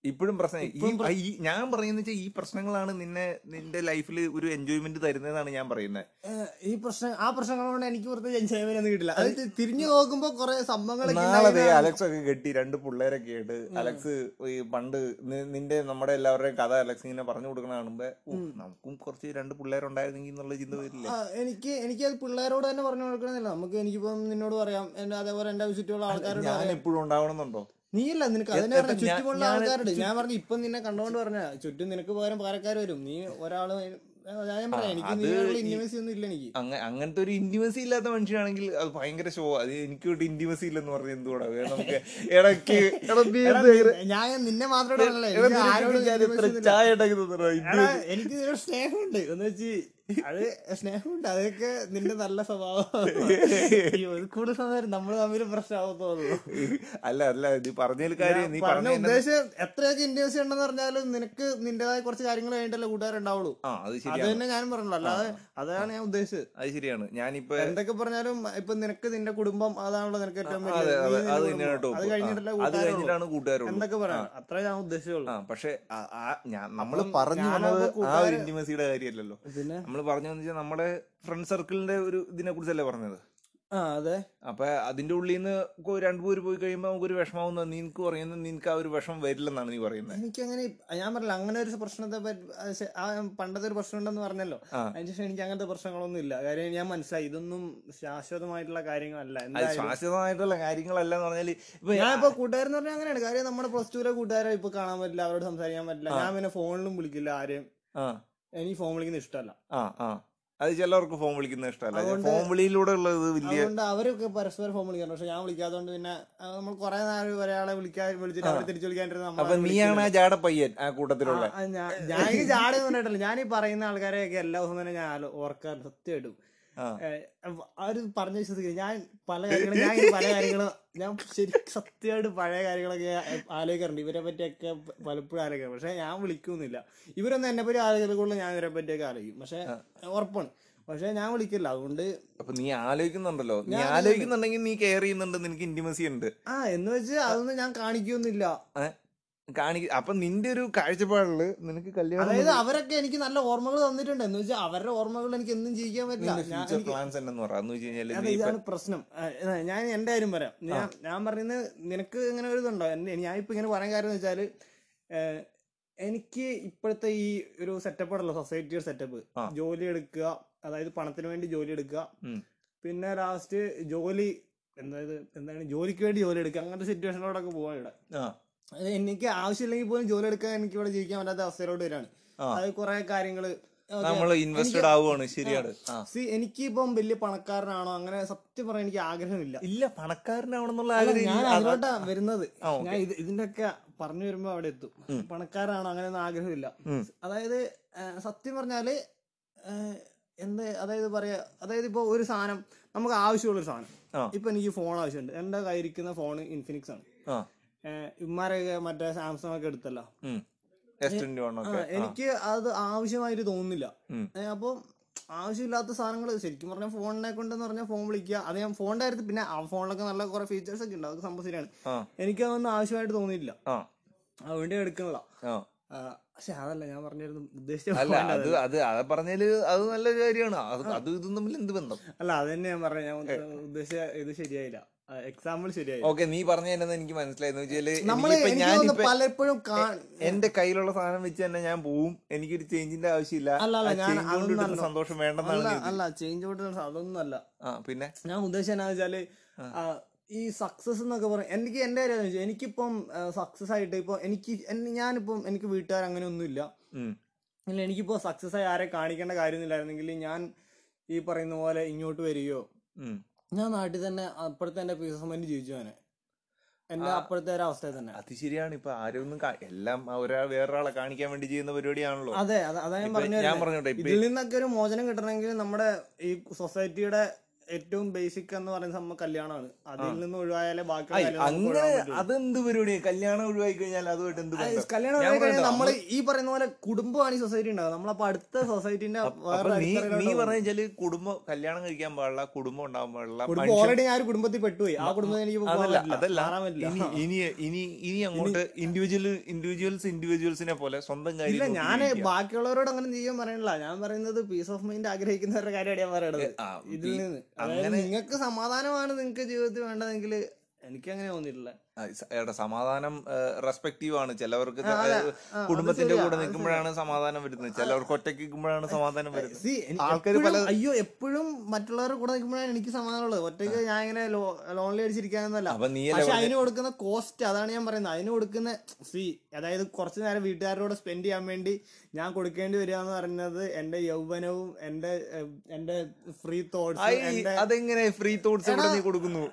Speaker 2: ഇപ്പോഴും പ്രശ്നം ഈ-
Speaker 3: ഇപ്പോഴും പ്രശ്നം-
Speaker 2: ഈ ഞാൻ പറയുന്നത് വെച്ചാൽ ഈ പ്രശ്നങ്ങളാണ് നിന്നെ നിന്റെ ലൈഫിൽ ഒരു എൻജോയ്മെന്റ് തരുന്നതെന്നാണ് ഞാൻ പറയുന്നത്
Speaker 3: ഏ, ഈ പ്രശ്നം ആ പ്രശ്നങ്ങൾ കൊണ്ട് എനിക്ക് പ്രത്യേകിച്ച് എൻജോയ്മെന്റ് ഒന്നും കിട്ടില്ല അത് തി- തിരിഞ്ഞു നോക്കുമ്പോൾ കുറെ സംഭവങ്ങളൊക്കെ
Speaker 2: നാളെ ദേ
Speaker 3: ഉണ്ടായി.
Speaker 2: അലക്സ് ഒക്കെ കെട്ടി രണ്ട് പിള്ളേരൊക്കെ ആയിട്ട് അലക്സ് ഈ പണ്ട് നി- നിന്റെ നമ്മുടെ എല്ലാവരുടെയും കഥ അലക്സ് ഇങ്ങനെ പറഞ്ഞു കൊടുക്കണ കാണുമ്പോ "ഓ, നമുക്കും കുറച്ച് രണ്ട് പിള്ളേരുണ്ടായിരുന്നെങ്കിൽ എന്നുള്ള ചിന്ത വരില്ല
Speaker 3: ആ, എനിക്ക് എനിക്ക് അത് പിള്ളേരോട് തന്നെ പറഞ്ഞു കൊടുക്കണമെന്നില്ല നമുക്ക് എനിക്കിപ്പം നിന്നോട് പറയാം എന്നെ അതേപോലെ എന്റെ ചുറ്റുമുള്ള ആൾക്കാരോട്
Speaker 2: ഞാൻ
Speaker 3: പറയാം.
Speaker 2: എപ്പോഴും ഉണ്ടാവണമെന്നുണ്ടോ
Speaker 3: നീയല്ല നിനക്ക് അതിനെ
Speaker 2: എത്ര-
Speaker 3: പറഞ്ഞ
Speaker 2: ഞാൻ-
Speaker 3: ചുറ്റുമുള്ള
Speaker 2: ഞാൻ-
Speaker 3: ആൾക്കാരുണ്ട് ഞാൻ പറഞ്ഞു ഇപ്പൊ നിന്നെ കണ്ടോണ്ട് പറഞ്ഞ ചുറ്റും നിനക്ക് പകരം പകരക്കാർ വരും നീ ഒരാള് ഏ, ഞാൻ പറയാം എനിക്ക്
Speaker 2: അത്
Speaker 3: നീയുള്ള
Speaker 2: ഈ-
Speaker 3: ഇന്റിമസി ഒന്നും ഇല്ല എനിക്ക്
Speaker 2: അങ്ങ- അങ്ങനത്തെ ഒരു ഇന്റിമസി ഇല്ലാത്ത മനുഷ്യനാണെങ്കിൽ അത് ഭയങ്കര ഷോ അത് എനിക്ക് ഒരു ഇന്റിമസി ഇല്ലെന്ന് പറഞ്ഞ എന്തുകൂടാ അത് നമുക്ക് ഇടയ്ക്ക് എടാ നീ
Speaker 3: എടാ,
Speaker 2: എന്ത് ചെയ്ത്-
Speaker 3: ഞാൻ നിന്നെ മാത്രമേ
Speaker 2: എടാ നിനക്ക് ഞാൻ ഇത്ര ചായ ഉണ്ടാക്കി തന്നടാ, ഇന്ത്യ-
Speaker 3: എനിക്ക് ഇതിനോട് സ്നേഹമുണ്ട് എന്ന് വെച്ച് അത് സ്നേഹമുണ്ട് അതൊക്കെ നിന്റെ നല്ല സ്വഭാവം അയ്യോ, ഇത് കൂടുതൽ സംസാരം നമ്മൾ തമ്മിൽ പ്രശ്നമാവും തോന്നുന്നു
Speaker 2: അല്ല അല്ല ഇത് പറഞ്ഞതിൽ കാര്യം നീ
Speaker 3: പറഞ്ഞ
Speaker 2: പറഞ്ഞ എന്നെ-
Speaker 3: ഉദ്ദേശം എത്രയൊക്കെ ഇന്റേഴ്സ് ഉണ്ടെന്ന് പറഞ്ഞാലും നിനക്ക് നിന്റേതായ കുറച്ച് കാര്യങ്ങൾ കഴിഞ്ഞിട്ടല്ലേ കൂട്ടുകാരുണ്ടാവുള്ളൂ
Speaker 2: ആ അത്
Speaker 3: അത്
Speaker 2: ശരിയാണ്
Speaker 3: തന്നെ ഞാനും പറഞ്ഞല്ലോ അല്ലാതെ അതാണ് ഞാൻ ഉദ്ദേശിച്ചത്
Speaker 2: അത് ശരിയാണ് ഞാനിപ്പോ
Speaker 3: എന്തൊക്കെ പറഞ്ഞാലും ഇപ്പൊ നിനക്ക് നിന്റെ കുടുംബം അതാണല്ലോ നിനക്ക് ഏറ്റവും
Speaker 2: ആ, അതെ
Speaker 3: വലിയ
Speaker 2: അതെ
Speaker 3: നീ നിന്റെ
Speaker 2: അത്
Speaker 3: കുടുംബം.
Speaker 2: തന്നെയാണ് ടോപ്പ്
Speaker 3: അത് കഴിഞ്ഞിട്ടല്ലേ
Speaker 2: അത്
Speaker 3: കൂട്ടുകാരുള്ളൂ
Speaker 2: കഴിഞ്ഞിട്ടാണ് കൂട്ടുകാരുള്ളൂ
Speaker 3: എന്തൊക്കെ പറയാം അത്രേ ഞാൻ ഉദ്ദേശിച്ചുള്ളൂ
Speaker 2: ആ പക്ഷെ ആ- ആ- ഞാ- നമ്മള്
Speaker 3: അപ്പം
Speaker 2: പറഞ്ഞു
Speaker 3: ഞാനപ്പോ
Speaker 2: വന്നത് ആ ഒരു
Speaker 3: കൂട്ടുകാര്-
Speaker 2: ഇന്റിമസിയുടെ കാര്യമല്ലല്ലോ
Speaker 3: പിന്നെ
Speaker 2: നമ്മൾ പറഞ്ഞു വെച്ചാൽ നമ്മുടെ ഫ്രണ്ട് സർക്കിളിന്റെ ഒരു ഇതിനെ കുറിച്ചല്ലേ പറഞ്ഞത്
Speaker 3: ആ അതെ
Speaker 2: അപ്പൊ അതിന്റെ ഉള്ളിൽ നിന്ന് രണ്ടുപേര് പോയി കഴിയുമ്പോൾ നമുക്കൊരു വിഷമാവുന്ന നിനക്ക് പറയുന്നത് നിനക്ക് ആ ഒരു വിഷമം വരില്ലെന്നാണ് നീ പറയുന്നത്
Speaker 3: എനിക്ക് അങ്ങനെ ഞാൻ പറഞ്ഞില്ല അങ്ങനെ ഒരു പ്രശ്നത്തെ പറ്റി അത് ശ- ആ പണ്ടത്തെ ഒരു പ്രശ്നം ഉണ്ടെന്ന് പറഞ്ഞല്ലോ
Speaker 2: ആ.
Speaker 3: അതിനുശേഷം എനിക്ക് അങ്ങനത്തെ പ്രശ്നങ്ങളൊന്നും ഇല്ല കാര്യം ഞാൻ മനസ്സിലായി ഇതൊന്നും ശാശ്വതമായിട്ടുള്ള കാര്യങ്ങളല്ല
Speaker 2: അത്
Speaker 3: എന്തായാലും
Speaker 2: ശ്വാസമായിട്ടുള്ള കാര്യങ്ങളല്ല എന്ന് പറഞ്ഞാല് ഇപ്പൊ
Speaker 3: ഞാനിപ്പോ കൂട്ടുകാരെന്ന് പറഞ്ഞാൽ അങ്ങനെയാണ് കാര്യം നമ്മുടെ പ്ലസ് ടുവിലെ കൂട്ടുകാരെ ഇപ്പൊ കാണാൻ പറ്റില്ല അവരോട് സംസാരിക്കാൻ പറ്റില്ല ഞാൻ പിന്നെ ഫോണിലും വിളിക്കില്ല ആരെയും
Speaker 2: ആ
Speaker 3: എനിക്ക് ഫോൺ വിളിക്കുന്നത് ഇഷ്ടമല്ല
Speaker 2: ആ ആ അത് ചിലവർക്ക് ഫോൺ വിളിക്കുന്ന ഇഷ്ടമല്ല
Speaker 3: അതുകൊണ്ട്
Speaker 2: ഫോൺ വിളിയിലൂടെ ഉള്ളത് വലിയ
Speaker 3: അതുകൊണ്ട് അവരൊക്കെ പരസ്പരം ഫോൺ വിളിക്കാറുണ്ട് പക്ഷെ ഞാൻ വിളിക്കാത്തതുകൊണ്ട് പിന്നെ ആ, നമ്മൾ കുറെ നേരം ഒരാളെ വിളിക്കാൻ വിളിച്ചിട്ട് അവരെ തിരിച്ചു വിളിക്കാണ്ടിരുന്ന
Speaker 2: അപ്പൊ
Speaker 3: നമ്മൾ
Speaker 2: നീയാണ് ആ ജാട പയ്യൻ ആ കൂട്ടത്തിലുള്ള
Speaker 3: ഞാൻ ഈ ജാടൊന്നും ഉണ്ടായിട്ടില്ല ഞാൻ ഈ പറയുന്ന ആൾക്കാരെയൊക്കെ എല്ലാ ദിവസവും തന്നെ ഞാൻ ആലോ- ഓർക്കാറ് സത്യമായിട്ടും
Speaker 2: ആ.
Speaker 3: അവര് പറഞ്ഞു വിശ്വസിക്കുന്നത് ഞാൻ പല കാര്യങ്ങളും ഞാൻ ഈ പല കാര്യങ്ങളും ഞാൻ ശരിക്കും സത്യമായിട്ട് പഴയ കാര്യങ്ങളൊക്കെ ആലോചിക്കാറുണ്ട് ഇവരെ പറ്റിയൊക്കെ പ- പലപ്പോഴും ആലോചിക്കാറ് പക്ഷെ ഞാൻ വിളിക്കുന്നില്ല ഇവരൊന്നും എന്നെ പറ്റി ആലോചിക്കുള്ളൂ ഞാൻ ഇവരെ പറ്റിയൊക്കെ ആലോചിക്കും പക്ഷെ ഉറപ്പാണ് പക്ഷെ ഞാൻ വിളിക്കില്ല അതുകൊണ്ട്
Speaker 2: അപ്പൊ നീ ആലോചിക്കുന്നുണ്ടല്ലോ നീ ആലോചിക്കുന്നുണ്ടെങ്കിൽ നീ കെയർ ചെയ്യുന്നുണ്ട് നിനക്ക് ഇന്റിമസി ഉണ്ട്
Speaker 3: ആ എന്ന് വെച്ച് അതൊന്നും ഞാൻ കാണിക്കൊന്നുമില്ല
Speaker 2: ഏ? കാണിക്ക അപ്പൊ നിന്റെ ഒരു കാഴ്ചപ്പാടില് നിനക്ക് കല്യാണം
Speaker 3: അതായത് അവരൊക്കെ എനിക്ക് നല്ല ഓർമ്മകൾ തന്നിട്ടുണ്ട് എന്ന് വെച്ചാൽ അവരുടെ ഓർമ്മകൾ എനിക്ക് എന്നും ജീവിക്കാൻ പറ്റില്ല ഞാൻ
Speaker 2: ഫ്യൂച്ചർ പ്ലാൻസ് എന്ന് പറയാന്ന് വെച്ച് കഴിഞ്ഞാല്
Speaker 3: അതെ
Speaker 2: നീ ഇപ്പൊ-
Speaker 3: ഇതാണ് പ്രശ്നം ആ, ആ, ഞാൻ എന്റെ കാര്യം പറയാം ഞാൻ ഞാൻ പറയുന്നത് നിനക്ക് ഇങ്ങനെ ഒരു ഇതുണ്ടോ എന്നെ- ഞാനിപ്പോ ഇങ്ങനെ പറയാൻ കാര്യം എന്ന് വെച്ചാല് ഏ, എനിക്ക് ഇപ്പോഴത്തെ ഈ ഒരു സെറ്റപ്പ് ഉണ്ടല്ലോ സൊസൈറ്റിയുടെ സെറ്റപ്പ്
Speaker 2: ആ.
Speaker 3: ജോലി എടുക്കുക അതായത് പണത്തിന് വേണ്ടി ജോലി എടുക്കുക
Speaker 2: ഉം.
Speaker 3: പിന്നെ ലാസ്റ്റ് ജോലി എന്തായത് എന്താണ് ജോലിക്ക് വേണ്ടി ജോലി എടുക്കുക അങ്ങനത്തെ സിറ്റുവേഷനിലൂടെയൊക്കെ പോകാൻ ഇവിടെ
Speaker 2: ആ,
Speaker 3: അത് എനിക്ക് ആവശ്യമില്ലെങ്കിൽ പോലും ജോലി എടുക്കാൻ എനിക്ക് ഇവിടെ ജീവിക്കാൻ പറ്റാത്ത അവസ്ഥയിലോട്ട് വരാണ്
Speaker 2: ആ.
Speaker 3: അത് കുറെ കാര്യങ്ങള് ഓക്കേ.
Speaker 2: നമ്മള് ഇൻവെസ്റ്റഡ് ആവുകയാണ് ശരിയാണ് ആ.
Speaker 3: See, എനിക്കിപ്പം വലിയ പണക്കാരനാണോ അങ്ങനെ സത്യം പറയാൻ എനിക്ക് ആഗ്രഹമില്ല
Speaker 2: ഇല്ല പണക്കാരനാവണമെന്നുള്ള
Speaker 3: അല്ല,
Speaker 2: ആഗ്രഹം
Speaker 3: ഞാൻ
Speaker 2: ഇല്ല. അത്
Speaker 3: അതിലോട്ടാ വരുന്നത്
Speaker 2: ആ, ഓക്കേ.
Speaker 3: ഞാൻ ഇത് ഇതിന്റെയൊക്കെ പറഞ്ഞു വരുമ്പോ അവിടെ എത്തും പണക്കാരാണോ അങ്ങനെയൊന്നും ആഗ്രഹമില്ല
Speaker 2: ഉം.
Speaker 3: അതായത് ആ, സത്യം പറഞ്ഞാല് ആ, എന്ത് അതായത് പറയാ അതായത് ഇപ്പൊ ഒരു സാധനം നമുക്ക് ആവശ്യമുള്ള ഒരു സാധനം
Speaker 2: ആ.
Speaker 3: ഇപ്പൊ എനിക്ക് ഫോൺ ആവശ്യമുണ്ട് എന്റെ കയ്യിരിക്കുന്ന ഫോൺ ഇൻഫിനിക്സ് ആണ്
Speaker 2: ആ.
Speaker 3: ആ, ഇമ്മാരെയൊക്കെ മറ്റേ സാംസങ് ഒക്കെ എടുത്തല്ലോ
Speaker 2: ഉം. Test and run
Speaker 3: ആ,
Speaker 2: ഒക്കെ.
Speaker 3: എനിക്ക് അത് ആവശ്യമായിട്ട് തോന്നുന്നില്ല
Speaker 2: ഉം.
Speaker 3: ഏ, അപ്പം ആവശ്യമില്ലാത്ത സാധനങ്ങൾ ശരിക്കും പറഞ്ഞാൽ ഫോണിനെ കൊണ്ടെന്ന് പറഞ്ഞാൽ ഫോൺ വിളിക്കുക അത് ഞാൻ ഫോണിന്റെ കാര്യത്തിൽ പിന്നെ ആ ഫോണിലൊക്കെ നല്ല കുറെ ഫീച്ചേഴ്സ് ഒക്കെ ഉണ്ട് അതൊക്കെ സംഭവം ശരിയാണ്
Speaker 2: ആ.
Speaker 3: എനിക്ക് അതൊന്നും ആവശ്യമായിട്ട് തോന്നിയില്ല
Speaker 2: ആ.
Speaker 3: അതുകൊണ്ട് ഞാൻ എടുക്കണില്ല
Speaker 2: ആ.
Speaker 3: ആ, പക്ഷെ അതല്ല ഞാൻ പറഞ്ഞിരുന്നു ഉദ്ദേശിച്ച
Speaker 2: അല്ല
Speaker 3: point
Speaker 2: അത്
Speaker 3: അതല്ല.
Speaker 2: അത് അത് പറഞ്ഞാല് അത് നല്ലൊരു കാര്യമാണ് അത് അതും ഇതും തമ്മിൽ എന്ത് ബന്ധം
Speaker 3: അല്ല അത് തന്നെ ഞാൻ പറഞ്ഞ ഞാൻ ഉദ്ദേശിച്ച ഇത് ശരിയായില്ല എക്സാമ്പിൾ ശരിയായില്ല
Speaker 2: ഓക്കെ നീ പറഞ്ഞ എന്നത് എനിക്ക് മനസ്സിലായെന്ന് വെച്ചാല്
Speaker 3: നമ്മൾ
Speaker 2: എനിക്കിപ്പോ ഞാനിപ്പോ
Speaker 3: പലപ്പോഴും കാ-
Speaker 2: എന്റെ കയ്യിലുള്ള സാധനം വെച്ച് തന്നെ ഞാൻ പോവും എനിക്കൊരു ചേഞ്ചിന്റെ ആവശ്യമില്ല
Speaker 3: അല്ല, അല്ല,
Speaker 2: ആ
Speaker 3: ഞാൻ
Speaker 2: change കൊണ്ട്
Speaker 3: അതൊന്നും
Speaker 2: കിട്ടുന്ന
Speaker 3: അല്ല.
Speaker 2: സന്തോഷം വേണ്ടെന്നാണ്
Speaker 3: അല്ല
Speaker 2: നീ ഉദ്ദേശിച്ചത്.
Speaker 3: അല്ല ചേഞ്ച് ഔട്ട് അതൊന്നും അല്ല
Speaker 2: ആ പിന്നെ
Speaker 3: ഞാൻ ഉദ്ദേശിച്ചത് എന്നാ വെച്ചാല് ആ, ഈ സക്സസ് എന്നൊക്കെ പറയും എനിക്ക് എന്റെ കാര്യം വെച്ചാൽ എനിക്കിപ്പം സക്സസ് ആയിട്ട് ഇപ്പൊ എനിക്ക് എന്നെ- ഞാനിപ്പം എനിക്ക് വീട്ടുകാർ അങ്ങനെ ഒന്നുമില്ല
Speaker 2: ഉം.
Speaker 3: ഇല്ല എനിക്കിപ്പോ സക്സസ് ആയി ആരെ കാണിക്കേണ്ട കാര്യമൊന്നുമില്ലായിരുന്നെങ്കിൽ ഞാൻ ഈ പറയുന്ന പോലെ ഇങ്ങോട്ട് വരികയോ
Speaker 2: ഉം.
Speaker 3: ഞാൻ നാട്ടിൽ തന്നെ അപ്പുറത്തെ എന്റെ പീസ് ഓഫ് മൈൻഡ് ജീവിച്ചു ഞാന് എന്റെ അപ്പുറത്തെ ഒരു അവസ്ഥയിൽ തന്നെ
Speaker 2: അത് ശരിയാണ് ഇപ്പൊ ആരൊന്നും കാ- എല്ലാം ഒരാൾ വേറൊരാളെ കാണിക്കാൻ വേണ്ടി ചെയ്യുന്ന പരിപാടിയാണല്ലോ
Speaker 3: അതെ അത- അതാ ഞാൻ
Speaker 2: ഇപ്പൊ
Speaker 3: പറഞ്ഞു
Speaker 2: ഞാൻ
Speaker 3: വരുന്നത്.
Speaker 2: പറഞ്ഞോട്ടെ ഇപ്പൊ
Speaker 3: ഇതിൽ നിന്നൊക്കെ ഒരു മോചനം കിട്ടണമെങ്കിൽ നമ്മുടെ ഈ സൊസൈറ്റിയുടെ ഏറ്റവും ബേസിക് എന്ന് പറയുന്ന സംഭവം കല്യാണമാണ് അതിൽ നിന്ന് ഒഴിവായാലേ ബാക്കി
Speaker 2: ഐ, അങ്ങനെ അതെന്ത് പരിപാടി കല്യാണം ഒഴിവായി കഴിഞ്ഞാൽ അതുമായിട്ട് എന്ത് ബന്ധം?
Speaker 3: കല്യാണം
Speaker 2: ഞാൻ
Speaker 3: കഴിഞ്ഞാൽ
Speaker 2: പറയട്ടെ,
Speaker 3: നമ്മൾ ഈ പറയുന്ന പോലെ കുടുംബമാണ് ഈ സൊസൈറ്റി ഉണ്ടാവുക നമ്മളപ്പോ അടുത്ത സൊസൈറ്റിന്റെ
Speaker 2: അപ്പൊ
Speaker 3: വേറെ
Speaker 2: നീ
Speaker 3: അടുത്തറിയിലോട്ട്
Speaker 2: നീ
Speaker 3: പോകും.
Speaker 2: പറഞ്ഞ വെച്ചാല് കുടുംബം കല്യാണം കഴിക്കാൻ പാടില്ല കുടുംബം ഉണ്ടാവാൻ പാടില്ല
Speaker 3: കുടുംബം
Speaker 2: മനുഷ്യൻ-
Speaker 3: ഓൾറെഡി ഞാൻ ഒരു കുടുംബത്തിൽ പെട്ടുപോയി ആ കുടുംബത്തിൽ എനിക്ക് പോകാൻ
Speaker 2: അതല്ല
Speaker 3: പറ്റില്ല,
Speaker 2: അതല്ല
Speaker 3: മാറാൻ പറ്റില്ല
Speaker 2: ഇനി ഇനി ഇനി ഇനി അങ്ങോട്ട് ഇൻഡിവിജ്വൽ ഇൻഡിവിജ്വൽസ് ഇൻഡിവിജ്വൽസിനെ പോലെ സ്വന്തം കാര്യം
Speaker 3: ഇല്ല
Speaker 2: നോക്കി
Speaker 3: ഞാൻ
Speaker 2: ജീവിക്കുക.
Speaker 3: ബാക്കിയുള്ളവരോട് അങ്ങനെ ചെയ്യാൻ പറയണില്ല ഞാൻ പറയുന്നത് പീസ് ഓഫ് മൈൻഡ് ആഗ്രഹിക്കുന്നവരുടെ കാര്യമാണ് ഞാൻ പറയണത്
Speaker 2: ആ,
Speaker 3: ഇതിൽ
Speaker 2: ഈ-
Speaker 3: നിന്ന് അതായത് നിങ്ങൾക്ക് സമാധാനമാണ് നിങ്ങൾക്ക് ജീവിതത്തിൽ വേണ്ടതെങ്കിൽ എനിക്ക് അങ്ങനെ തോന്നിയിട്ടില്ല
Speaker 2: ആ, സ- എടാ, സമാധാനം റെസ്പെക്റ്റീവ് ആണ് ചിലവർക്ക്
Speaker 3: ആ, അതെ.
Speaker 2: ഏഹ്,
Speaker 3: ആ, അത്
Speaker 2: കുടുംബത്തിന്റെ
Speaker 3: ശരിയാ,
Speaker 2: കൂടെ
Speaker 3: അത്
Speaker 2: നിൽക്കുമ്പോഴാണ് സമാധാനം വരുന്നത് ചിലവർക്ക് ഒറ്റയ്ക്ക് നിൽക്കുമ്പോഴാണ് സമാധാനം വരുന്നത്
Speaker 3: See, എനി-
Speaker 2: ആൾക്കാര്
Speaker 3: എപ്പഴും-
Speaker 2: പല
Speaker 3: അയ്യോ എപ്പോഴും മറ്റുള്ളവരുടെ കൂടെ നിൽക്കുമ്പോഴാണ് എനിക്ക് സമാധാനമുള്ളത് ഒറ്റയ്ക്ക് ഞാൻ ഇങ്ങനെ ലോൺലി അടിച്ചിരിക്കാനൊന്നല്ല
Speaker 2: അപ്പൊ നീയല്ലേ
Speaker 3: പക്ഷെ
Speaker 2: പറഞ്ഞെ?
Speaker 3: അതിന് കൊടുക്കുന്ന കോസ്റ്റ് അതാണ് ഞാൻ പറയുന്നത് അതിന് കൊടുക്കുന്ന ഫീ അതായത് കുറച്ചു നേരം വീട്ടുകാരോട് സ്പെൻഡ് ചെയ്യാൻ വേണ്ടി ഞാൻ കൊടുക്കേണ്ടി വരിക എന്ന് പറയുന്നത് എന്റെ യൗവനവും എന്റെ ഏഹ്, എന്റെ ഫ്രീ
Speaker 2: ഐ,
Speaker 3: തോട്ട്സും എന്റെ
Speaker 2: അതെങ്ങനെ ഫ്രീ തോട്ട്സ് ഇവിടെ നീ കൊടുക്കുന്നു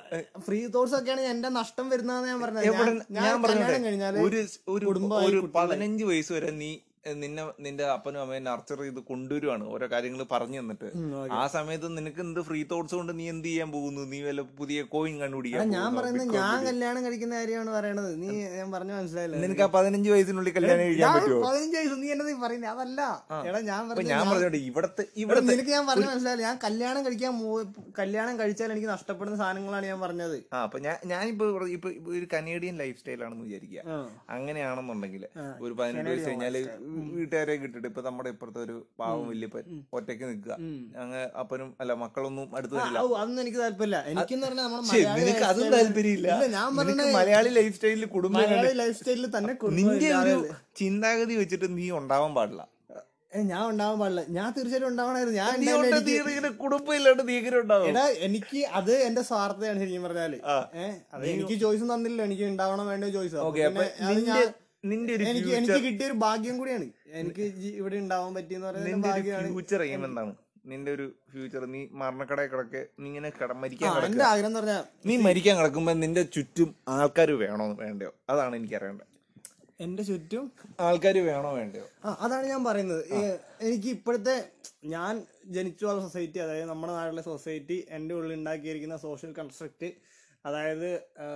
Speaker 3: ഫ്രീ തോട്ട്സ് ഒക്കെയാണ് എന്റെ നഷ്ടം വരുന്നതെന്ന് ഞാൻ പറഞ്ഞത്
Speaker 2: എവിടെ
Speaker 3: ഞാൻ- ഞാൻ
Speaker 2: ഞാൻ
Speaker 3: കല്യാണം
Speaker 2: പറഞ്ഞോട്ടെ
Speaker 3: കഴിഞ്ഞാല്
Speaker 2: ഒരു ഒരു
Speaker 3: കുടുംബമായി
Speaker 2: ഒരു
Speaker 3: കുട്ടികളായി.
Speaker 2: പതിനഞ്ച് വയസ്സ് വരെ നീ ഏഹ് നിന്നെ നിന്റെ അപ്പനും അമ്മയും നർച്ചർ ചെയ്ത് കൊണ്ടുവരുവാണ് ഓരോ കാര്യങ്ങൾ പറഞ്ഞു തന്നിട്ട്
Speaker 3: ഉം, okay.
Speaker 2: ആ സമയത്ത് നിനക്ക് എന്ത് ഫ്രീ തോട്ട്സ് കൊണ്ട് നീ എന്ത് ചെയ്യാൻ പോകുന്നു നീ വല്ല പുതിയ കോയിൻ കണ്ടുപിടിക്കാൻ
Speaker 3: എടാ, ഞാൻ
Speaker 2: പോകുന്നോ?
Speaker 3: പറയുന്നത്
Speaker 2: Bitcoin
Speaker 3: ഞാൻ
Speaker 2: പിടി-
Speaker 3: കല്യാണം കഴിക്കുന്ന കാര്യമാണ് പറയണത് നീ ഞാൻ പറഞ്ഞു മനസ്സിലായില്ല
Speaker 2: നിനക്ക് ആ പതിനഞ്ച് വയസ്സിനുള്ളിൽ കല്യാണം കഴിക്കാൻ
Speaker 3: ഞാൻ
Speaker 2: പറ്റുമോ
Speaker 3: പതിനഞ്ച് വയസ്സ് നീ എന്നത് പറയുന്നത് അതല്ല
Speaker 2: ആ.
Speaker 3: എടാ ഞാൻ
Speaker 2: അപ്പൊ
Speaker 3: പറഞ്ഞത്
Speaker 2: ഞാൻ
Speaker 3: ഞാൻ-
Speaker 2: പറഞ്ഞോട്ടെ ഇവിടത്തെ
Speaker 3: എടാ,
Speaker 2: ഇവിടത്തെ
Speaker 3: നിനക്ക് ഞാൻ പറഞ്ഞു മനസ്സിലായില്ല ഞാൻ കല്യാണം കഴിക്കാൻ മോ- കല്യാണം കഴിച്ചാൽ എനിക്ക് നഷ്ടപ്പെടുന്ന സാധനങ്ങളാണ് ഞാൻ പറഞ്ഞത്
Speaker 2: ആ അപ്പൊ ഞാൻ ഞാനിപ്പോ ഇവിടെ- ഇപ്പൊ ഇപ്പൊ ഒരു കനേഡിയൻ ലൈഫ് സ്റ്റൈലാണെന്ന് വിചാരിക്കുക
Speaker 3: ആ.
Speaker 2: അങ്ങനെയാണെന്നുണ്ടെങ്കിൽ
Speaker 3: ആ.
Speaker 2: ഒരു പതിനെട്ട് വയസ്സ്
Speaker 3: Canadian
Speaker 2: കഴിഞ്ഞാല് വീട്ടുകാരെ കിട്ടിട്ട് ഇപ്പൊ നമ്മുടെ ഇപ്പുറത്തെ ഒരു പാവം വല്യപ്പൻ ഒറ്റയ്ക്ക് നിൽക്കുക
Speaker 3: ഉം.
Speaker 2: അങ്ങ് അപ്പനും അല്ല മക്കളൊന്നും അടുത്ത്
Speaker 3: ആ,
Speaker 2: വരില്ല
Speaker 3: ഔ, അതൊന്നും എനിക്ക് താല്പര്യമില്ല എനിക്കെന്ന് പറഞ്ഞാൽ നമ്മുടെ
Speaker 2: ശരി,
Speaker 3: മലയാളി
Speaker 2: നിനക്ക് അതും
Speaker 3: lifestyle-
Speaker 2: താല്പര്യമില്ല
Speaker 3: ഇല്ല, ഞാൻ
Speaker 2: നിനക്ക്
Speaker 3: പറഞ്ഞത്
Speaker 2: മലയാളി ലൈഫ് സ്റ്റൈലിൽ കുടുംബം
Speaker 3: മലയാളി ലൈഫ് സ്റ്റൈലിൽ തന്നെ കുടുംബം
Speaker 2: നിന്റെ ഒരു
Speaker 3: ഇല്ലാതെ-
Speaker 2: ചിന്താഗതി വെച്ചിട്ട് നീ ഉണ്ടാവാൻ പാടില്ല
Speaker 3: ഏ, ഞാൻ ഉണ്ടാവാൻ പാടില്ല ഞാൻ തീർച്ചയായിട്ടും ഉണ്ടാവണായിരുന്നു ഞാൻ
Speaker 2: നീ
Speaker 3: ഉണ്ടായാലേ
Speaker 2: ഉണ്ട്
Speaker 3: എനിക്ക്-
Speaker 2: നീ ഇങ്ങനെ കുടുംബം ഇല്ലാണ്ട് നീ ഇങ്ങനെ ഉണ്ടാവും
Speaker 3: എടാ എനിക്ക് അത് എന്റെ സ്വാർത്ഥതയാണ് ശരിക്കും പറഞ്ഞാല്
Speaker 2: ആ.
Speaker 3: ഏഹ് അത് എനിക്ക് ചോയ്സ് തന്നില്ല എനിക്ക് ഉണ്ടാവണം വേണ്ട ചോയ്സ്
Speaker 2: ഓക്കെ അപ്പൊ നിന്റെ നിന്റെ ഒരു
Speaker 3: എനിക്ക്
Speaker 2: future-
Speaker 3: എനിക്ക് കിട്ടിയ ഒരു ഭാഗ്യം കൂടിയാണ് എനിക്ക് ജി- ഇവിടെ ഉണ്ടാവാൻ പറ്റിയെന്ന് പറയുന്നത്
Speaker 2: നിന്റെ ഒരു
Speaker 3: ഭാഗ്യമാണ്
Speaker 2: ഫ്യൂച്ചർ എയിം എന്താണ് നിന്റെ ഒരു ഫ്യൂച്ചർ നീ മരണക്കടയിൽ കിടക്കെ നീ ഇങ്ങനെ കട മരിക്കാൻ
Speaker 3: ആ,
Speaker 2: കിടക്കുക
Speaker 3: എന്റെ ആഗ്രഹം എന്ന് പറഞ്ഞാൽ
Speaker 2: നീ മരിക്കാൻ കിടക്കുമ്പോ നിന്റെ ചുറ്റും ആൾക്കാർ വേണോ വേണ്ടയോ അതാണ് എനിക്ക് അറിയേണ്ടത്
Speaker 3: എന്റെ ചുറ്റും
Speaker 2: ആൾക്കാർ വേണോ വേണ്ടയോ
Speaker 3: ആ അതാണ് ഞാൻ പറയുന്നത് ഏ, എനിക്ക് ഇപ്പോഴത്തെ ഞാൻ ജനിച്ചു വളർന്ന സൊസൈറ്റി അതായത് നമ്മുടെ നാട്ടിലെ സൊസൈറ്റി എൻ്റെ ഉള്ളിൽ ഉണ്ടാക്കിയിരിക്കുന്ന സോഷ്യൽ കൺസ്ട്രക്റ്റ് അതായത് ആ,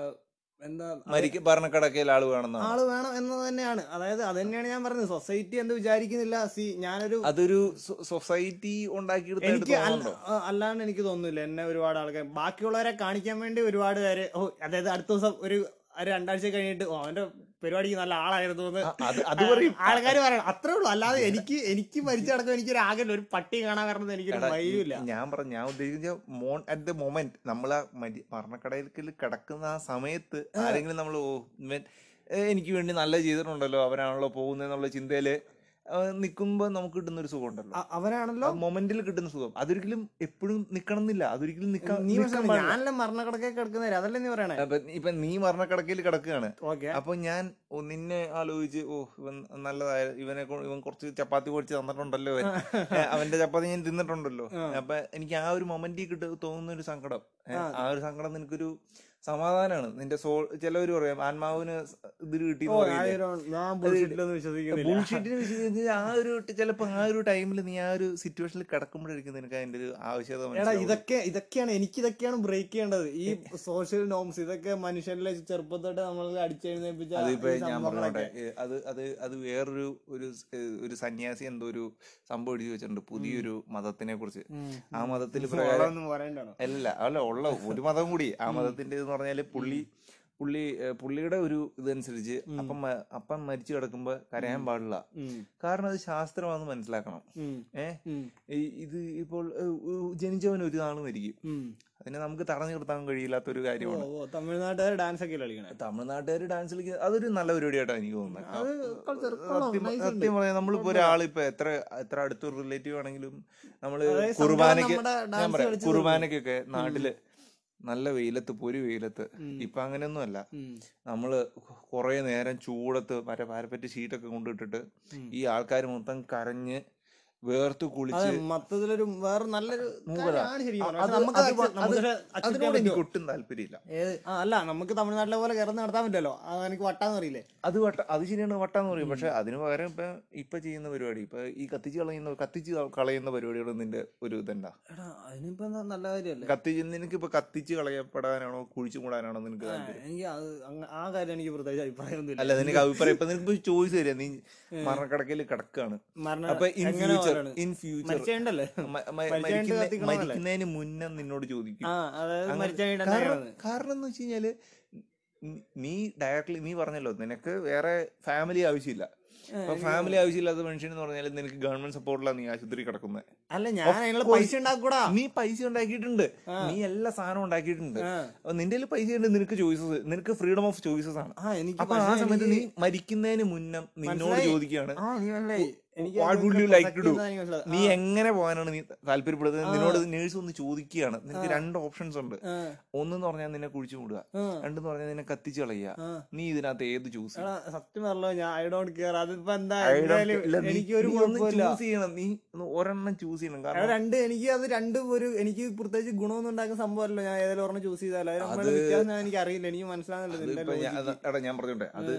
Speaker 3: എന്താ
Speaker 2: മരിക്ക ഭരണക്കടക്കയിൽ ആള് വേണമെന്നാണ്
Speaker 3: ആള് വേണം എന്നത് തന്നെയാണ് അതായത് അത് തന്നെയാണ് ഞാൻ പറഞ്ഞത് സൊസൈറ്റി എന്ത് വിചാരിക്കുന്നില്ല സി ഞാനൊരു
Speaker 2: അതൊരു സൊ- സൊസൈറ്റി
Speaker 3: എനിക്ക് അല്ല-
Speaker 2: ഉണ്ടാക്കിയെടുത്തോ
Speaker 3: ആ, അല്ലാണ്ട് എനിക്ക് തോന്നുന്നില്ല എന്നെ ഒരുപാട് ആൾക്കാർ ബാക്കിയുള്ളവരെ കാണിക്കാൻ വേണ്ടി ഒരുപാട് പേര് ഓ അതായത് അടുത്ത ദിവസം ഒരു ഒരു രണ്ടാഴ്ച കഴിഞ്ഞിട്ട് ഓ അവന്റെ പരിപാടിക്ക് നല്ല ആളായിരുന്നു എന്ന്
Speaker 2: അത് അത് പറയും
Speaker 3: ആൾക്കാർ പറയണം അത്രേ ഉള്ളൂ അല്ലാതെ എനിക്ക് എനിക്ക് മരിച്ചടക്കം എനിക്ക് ഒരു ആകെ ഒരു പട്ടി കാണാൻ വരണത് എനിക്കൊരു മയിലുമില്ല
Speaker 2: ഞാൻ പറഞ്ഞു ഞാൻ ഉദ്ദേശിച്ച മോൺ അറ്റ് ദ മൊമെന്റ് നമ്മൾ ആ മരി ഭരണക്കടയിൽ കിടക്കുന്ന ആ സമയത്ത് ആരെങ്കിലും നമ്മൾ എനിക്ക് വേണ്ടി നല്ല ചെയ്തിട്ടുണ്ടല്ലോ അവരാണല്ലോ പോകുന്നത് എന്നുള്ള ചിന്തയില് നിൽക്കുമ്പോ നമുക്ക് കിട്ടുന്ന ഒരു സുഖം ഉണ്ടല്ലോ
Speaker 3: അ- അവനാണല്ലോ
Speaker 2: മൊമെന്റിൽ കിട്ടുന്ന സുഖം അതൊരിക്കലും എപ്പോഴും നിക്കണം എന്നില്ല അതൊരിക്കലും നിക്കാൻ-
Speaker 3: നീ
Speaker 2: നിക്കാൻ
Speaker 3: മനസ്സിലായി
Speaker 2: പാടില്ല.
Speaker 3: ഞാനെല്ലാം മരണക്കിടക്കെ കിടക്കുന്നവരെ അതല്ലേ നീ പറയണേ
Speaker 2: അപ്പൊ ഇപ്പൊ നീ മരണക്കിടക്കയിൽ കിടക്കുകയാണ്
Speaker 3: ഓക്കെ
Speaker 2: അപ്പൊ ഞാൻ ഓ, നിന്നെ ആലോചിച്ച് ഓ ഇവൻ നല്ലതായ ഇവനെ കൊ- ഇവൻ കുറച്ച് ചപ്പാത്തി പൊടിച്ച് തന്നിട്ടുണ്ടല്ലോ ഇവൻ. ഏ, അവന്റെ ചപ്പാത്തി ഞാൻ തിന്നിട്ടുണ്ടല്ലോ അപ്പൊ എനിക്ക് ആ ഒരു മൊമെന്റിൽ കിട്ട തോന്നുന്ന ഒരു സങ്കടം ഏ, ആ ഒരു സങ്കടം നിനക്കൊരു സമാധാനമാണ് നിന്റെ സോൾ ചിലവര് പറയാം ആത്മാവിന് സ് ഇത് കിട്ടി എന്ന് പറയില്ലേ?
Speaker 3: ഞാൻ ബുദ്ധിമുട്ടില്ലെന്ന് വിശ്വസിക്കുന്നില്ല
Speaker 2: Bullshit ന് വിശ്വസിക്കുന്നത് ആ ഒരു ചിലപ്പോ ആ ഒരു ടൈമിൽ നീ ആ ഒരു സിറ്റുവേഷനിൽ കിടക്കുമ്പോഴായിരിക്കും നിനക്ക് അതിന്റെ ഒരു ആവശ്യകത
Speaker 3: എടാ
Speaker 2: മനസ്സിലാവുന്നത്.
Speaker 3: ഇതൊക്കെ ഇതൊക്കെയാണ് എനിക്ക് ഇതൊക്കെയാണ് ബ്രേക്ക് ചെയ്യേണ്ടത് ഈ സോഷ്യൽ നോംസ് ഇതൊക്കെ മനുഷ്യരിലെ ചെറുപ്പത്തോട്ട് നമ്മൾ അടിച്ചെഴുന്നേപ്പിച്ച
Speaker 2: അതിപ്പോ
Speaker 3: ഈ
Speaker 2: ഞാൻ
Speaker 3: സംഭവങ്ങളൊക്കെ.
Speaker 2: പറഞ്ഞോട്ടെ ഏ, അത് അത് അത് വേറൊരു ഒരു സ്- ഏ, ഒരു സന്യാസി എന്തോ ഒരു സംഭവം എഴുതി വെച്ചിട്ടുണ്ട് പുതിയൊരു മതത്തിനെ കുറിച്ച്
Speaker 3: ഉം.
Speaker 2: ആ മതത്തിൽ പ്രകാരം
Speaker 3: വളമൊന്നും പറയണ്ടാണോ
Speaker 2: അല്ല അല്ല ഉള്ള ഒരു മതം കൂടി ആ മതത്തിന്റെ എന്ന് പറഞ്ഞാല് പുള്ളി പുള്ളി ഏ, പുള്ളിയുടെ ഒരു ഇതനുസരിച്ച് അപ്പം മ- അപ്പം മരിച്ചു കിടക്കുമ്പോ കരയാൻ പാടില്ല
Speaker 3: ഉം.
Speaker 2: കാരണം അത് ശാസ്ത്രമാണെന്ന് മനസ്സിലാക്കണം
Speaker 3: ഉം.
Speaker 2: ഏഹ്
Speaker 3: ഉം.
Speaker 2: ഇത് ഇപ്പോൾ ഏ, ഉ- ജനിച്ചവൻ ഒരു നാൾ മരിക്കും
Speaker 3: ഉം.
Speaker 2: അതിനെ നമുക്ക് തടഞ്ഞു നിർത്താൻ കഴിയില്ലാത്തൊരു
Speaker 3: ഓ
Speaker 2: കാര്യമാണ്
Speaker 3: ഓ തമിഴ്നാട്ടുകാർ ഡാൻസ് ഒക്കെ കളിക്കണേ
Speaker 2: തമിഴ്നാട്ടുകാർ ഡാൻസ് കളിക്കുന്നത് അതൊരു നല്ല പരിപാടിയായിട്ടാണ് എനിക്ക് തോന്നുന്നത്
Speaker 3: അത് ചെറുക്കോളം
Speaker 2: സത്യം
Speaker 3: nice ഉണ്ട്.
Speaker 2: സത്യം പറയാം നമ്മളിപ്പോ ഒരാളിപ്പോ എത്ര എത്ര അടുത്തൊരു റിലേറ്റീവ് ആണെങ്കിലും നമ്മള്
Speaker 3: അതായത് സംഘം
Speaker 2: കുർബാനയ്ക്ക്
Speaker 3: നമ്മുടെ
Speaker 2: ഞാൻ
Speaker 3: dance
Speaker 2: പറയാം
Speaker 3: കളിച്ചത്
Speaker 2: കുർബാനയ്ക്കൊക്കെ നാട്ടില് നല്ല വെയിലത്ത് പൊരി വെയിലത്ത് ഇപ്പൊ അങ്ങനെയൊന്നും അല്ല
Speaker 3: ഉം.
Speaker 2: നമ്മള് കുറെ നേരം ചൂടത്ത് മറ്റേ പാരപ്പറ്റ് ഷീറ്റൊക്കെ കൊണ്ടിട്ടിട്ട് ഈ ആൾക്കാർ മൊത്തം കരഞ്ഞ് വേർത്ത്
Speaker 3: അത്
Speaker 2: കുളിച്ച്
Speaker 3: മൊത്തത്തിലൊരു വേറെ നല്ലൊരു കാര്യമാണ് ശരിക്കും പറഞ്ഞാൽ.
Speaker 2: അത്
Speaker 3: പക്ഷെ നമുക്ക്
Speaker 2: അത്
Speaker 3: accept- നമുക്ക്
Speaker 2: അത്
Speaker 3: accept ചെയ്യാൻ
Speaker 2: അതിനോട് എനിക്ക്
Speaker 3: പറ്റുമോ?
Speaker 2: ഒട്ടും താല്പര്യമില്ല
Speaker 3: ഏത് ആ, അല്ല നമുക്ക് തമിഴ്നാട്ടിലെ പോലെ കിടന്ന് നടത്താൻ പറ്റുമല്ലോ അത് എനിക്ക് വട്ടാന്ന് അറിയില്ലേ
Speaker 2: അത് വട്ട അത് ശരിയാണ് വട്ടാന്ന് പറയും പക്ഷെ അതിന് പകരം ഇപ്പൊ ഇപ്പൊ ചെയ്യുന്ന പരിപാടി ഇപ്പൊ ഈ കത്തിച്ച് കളയുന്ന കത്തിച്ച് ക- കളയുന്ന പരിപാടികൾ നിന്റെ ഒരു ഇതന്നെ
Speaker 3: എടാ അതിനിപ്പോ നല്ല കാര്യമല്ലേ
Speaker 2: കത്തിച്ച് നിനക്ക് ഇപ്പൊ കത്തിച്ച് കളയപ്പെടാനാണോ കുഴിച്ചു മൂടാനാണോ നിനക്ക് താല്പര്യം?
Speaker 3: എനിക്ക് അത് അങ്ങ- ആ കാര്യം എനിക്ക് പ്രത്യേകിച്ച് അഭിപ്രായമൊന്നുമില്ല
Speaker 2: അല്ല നിനക്ക് അഭിപ്രായം ഇപ്പൊ നിനക്ക് ചോയ്സ് തരിക നീ മരണക്കിടക്കയിൽ കിടക്കാണ്
Speaker 3: മരണം
Speaker 2: അപ്പൊ ഇൻ
Speaker 3: എങ്ങനെ
Speaker 2: ഫ്യൂച്ചർ
Speaker 3: മാറണം?
Speaker 2: ഇൻ ഫ്യൂച്ചർ
Speaker 3: മരിച്ചേണ്ടല്ലേ മരിച്ചതിന്റെ കത്തിക്കണമല്ലേ?
Speaker 2: മരിക്കുന്നതിന് മുന്നേ നിന്നോട് ചോദിക്കും
Speaker 3: ആ അതായത്
Speaker 2: അങ്ങനെ-
Speaker 3: മരിച്ചാൽ
Speaker 2: കാരണം കാരണം എന്ന് വെച്ച് കഴിഞ്ഞാല് നി- നീ ഡയറക്ട്ലി നീ പറഞ്ഞല്ലോ നിനക്ക് വേറെ ഫാമിലി ആവശ്യമില്ല അപ്പൊ ഫാമിലി ആവശ്യമില്ലാത്ത മനുഷ്യൻ എന്ന് പറഞ്ഞാൽ നിനക്ക് ഗവൺമെന്റ് സപ്പോർട്ടിലാണ് നീ ആശുപത്രി കിടക്കുന്നത്
Speaker 3: അല്ല ഞാൻ അതിനുള്ള പൈസ ഉണ്ടാക്കൂടാ
Speaker 2: നീ പൈസ ഉണ്ടാക്കിയിട്ടുണ്ട് നീ എല്ലാ സാധനവും ഉണ്ടാക്കിയിട്ടുണ്ട്
Speaker 3: ആ.
Speaker 2: അപ്പൊ നിന്റെ കയ്യില് പൈസ ഉണ്ട് നിനക്ക് ചോയ്സസ് നിനക്ക് ഫ്രീഡം ഓഫ് ചോയ്സസ് ആണ്
Speaker 3: ആ എനിക്ക്
Speaker 2: അപ്പൊ ആ
Speaker 3: പക്ഷേ
Speaker 2: സമയത്ത്
Speaker 3: എനിക്ക്
Speaker 2: നീ മരിക്കുന്നതിന് മുന്നേ നിന്നോട്
Speaker 3: മനസ്സിലായി.
Speaker 2: ചോദിക്കുകയാണ്
Speaker 3: ആ നീ മനസ്സിലായി എനിക്ക്
Speaker 2: വാട്ട് വുഡ്
Speaker 3: അതിനൊക്കെ
Speaker 2: you like to
Speaker 3: protect
Speaker 2: do
Speaker 3: ചെയ്യുന്നതാണ് എനിക്ക് മനസ്സിലായത്.
Speaker 2: നീ എങ്ങനെ പോകാനാണ് നീ താല്പര്യപ്പെടുന്നത് നിന്നോട് നേഴ്സ് ഒന്ന് ചോദിക്കുകയാണ് നിനക്ക് രണ്ട് ഓപ്ഷൻസ് ഉണ്ട്
Speaker 3: ആ,
Speaker 2: ഒന്നെന്ന് പറഞ്ഞാൽ നിന്നെ കുഴിച്ചു മൂടുക
Speaker 3: ആ,
Speaker 2: രണ്ടെന്ന് പറഞ്ഞാൽ നിന്നെ കത്തിച്ച് കളയുക
Speaker 3: ആ.
Speaker 2: നീ ഇതിനകത്ത് ഏത് ചൂസ്
Speaker 3: എടാ, സത്യം പറഞ്ഞല്ലോ ഞാൻ ഐ ഡോണ്ട് കെയർ അതിപ്പോ എന്താ എന്തായാലും എനിക്ക് ഒരു കുഴപ്പമില്ല
Speaker 2: ചൂസ് ചെയ്യണം നീ ഒന്ന് ഒരെണ്ണം ചൂസ് ചെയ്യണം
Speaker 3: എടാ,
Speaker 2: കാരണം
Speaker 3: രണ്ട് എനിക്ക് അത് രണ്ടും ഒരു എനിക്ക് പ്രത്യേകിച്ച് ഗുണമൊന്നും ഉണ്ടാക്കുന്ന സംഭവമല്ലോ ഞാൻ ഏതായാലും ഒരെണ്ണം ചൂസ് ചെയ്താലും അതിന് വ്യത്യാസം എനിക്ക് അറിയില്ല എനിക്ക് മനസ്സിലാകുന്നില്ല ഇതിന്റെ
Speaker 2: ഇപ്പൊ ഞാൻ-
Speaker 3: logic.
Speaker 2: അത് എടാ ഞാൻ പറഞ്ഞോട്ടെ അത്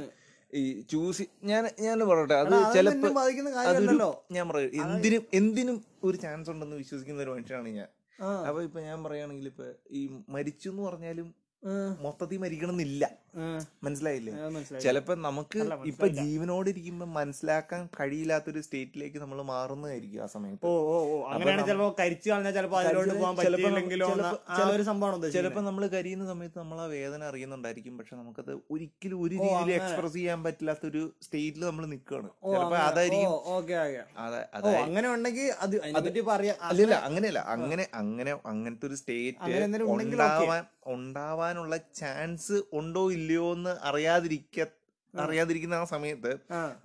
Speaker 2: ഈ ചൂസ് ഞാൻ ഞാൻ പറയട്ടെ അത്
Speaker 3: എടാ, അതൊന്നും
Speaker 2: ചിലപ്പോ
Speaker 3: എന്നെ ബാധിക്കുന്ന
Speaker 2: അതൊരു
Speaker 3: കാര്യമല്ലല്ലോ
Speaker 2: ഞാൻ പറയും എന്തിനും എന്തിനും ഒരു ചാൻസ് ഉണ്ടെന്ന് വിശ്വസിക്കുന്ന ഒരു മനുഷ്യനാണ് ഞാൻ
Speaker 3: ആ,
Speaker 2: അപ്പൊ ഇപ്പൊ ഞാൻ പറയുകയാണെങ്കിൽ ഇപ്പൊ ഈ മരിച്ചു എന്ന് പറഞ്ഞാലും
Speaker 3: ആ,
Speaker 2: മൊത്തത്തിൽ മരിക്കണം എന്നില്ല
Speaker 3: ആ,
Speaker 2: മനസ്സിലായില്ലേ
Speaker 3: അത് മനസ്സിലായി
Speaker 2: ചിലപ്പോ നമുക്ക്
Speaker 3: അല്ല,
Speaker 2: ഇപ്പൊ
Speaker 3: മനസ്സിലായില്ല.
Speaker 2: ജീവനോടിരിക്കുമ്പോ മനസ്സിലാക്കാൻ കഴിയില്ലാത്തൊരു സ്റ്റേറ്റിലേക്ക് നമ്മൾ മാറുന്നതായിരിക്കും ആ സമയത്ത്
Speaker 3: ഓ ഓ ഓ അങ്ങനെയാണ് ചിലപ്പോ കരിച്ചു കളഞ്ഞാൽ ചിലപ്പോ അതിലോട്ട്
Speaker 2: കരിച്ച്
Speaker 3: പോകാൻ
Speaker 2: ചിലപ്പോ നമ്മ-
Speaker 3: പറ്റിയില്ലെങ്കിലോ എന്ന
Speaker 2: ചിലപ്പോ-
Speaker 3: ആ ഒരു സംഭവമാണ് ഉദ്ദേശിക്കുന്നത്.
Speaker 2: ചിലപ്പോ നമ്മൾ കരിയുന്ന സമയത്ത് നമ്മൾ ആ വേദന അറിയുന്നുണ്ടായിരിക്കും പക്ഷെ നമുക്കത് ഒരിക്കലും ഒരു
Speaker 3: ഓ,
Speaker 2: രീതിയിൽ
Speaker 3: അങ്ങനെ.
Speaker 2: എക്സ്പ്രസ് ചെയ്യാൻ പറ്റാത്ത ഒരു സ്റ്റേറ്റിൽ നമ്മൾ നിൽക്കുകയാണ്
Speaker 3: ഓ,
Speaker 2: ചിലപ്പോ
Speaker 3: അങ്ങനെ-
Speaker 2: അതായിരിക്കും
Speaker 3: ഓ, ഓക്കേ, ഓക്കേ.
Speaker 2: അതെ
Speaker 3: ഓ
Speaker 2: അതെ
Speaker 3: അങ്ങനെ ഉണ്ടെങ്കിൽ അത് അതിനെപ്പറ്റി പറയാം
Speaker 2: അല്ലല്ല അങ്ങനെയല്ല അങ്ങനെ അങ്ങനെ അങ്ങനത്തെ ഒരു സ്റ്റേറ്റ്
Speaker 3: അങ്ങനെ എന്തെങ്കിലും ഉണ്ടെങ്കിൽ ഓക്കേ.
Speaker 2: ഉണ്ടാവാൻ ഉണ്ടാവാനുള്ള ചാൻസ് ഉണ്ടോ ഇല്ലയോ എന്ന് അറിയാതിരിക്ക അറിയാതിരിക്കുന്ന ആ സമയത്ത്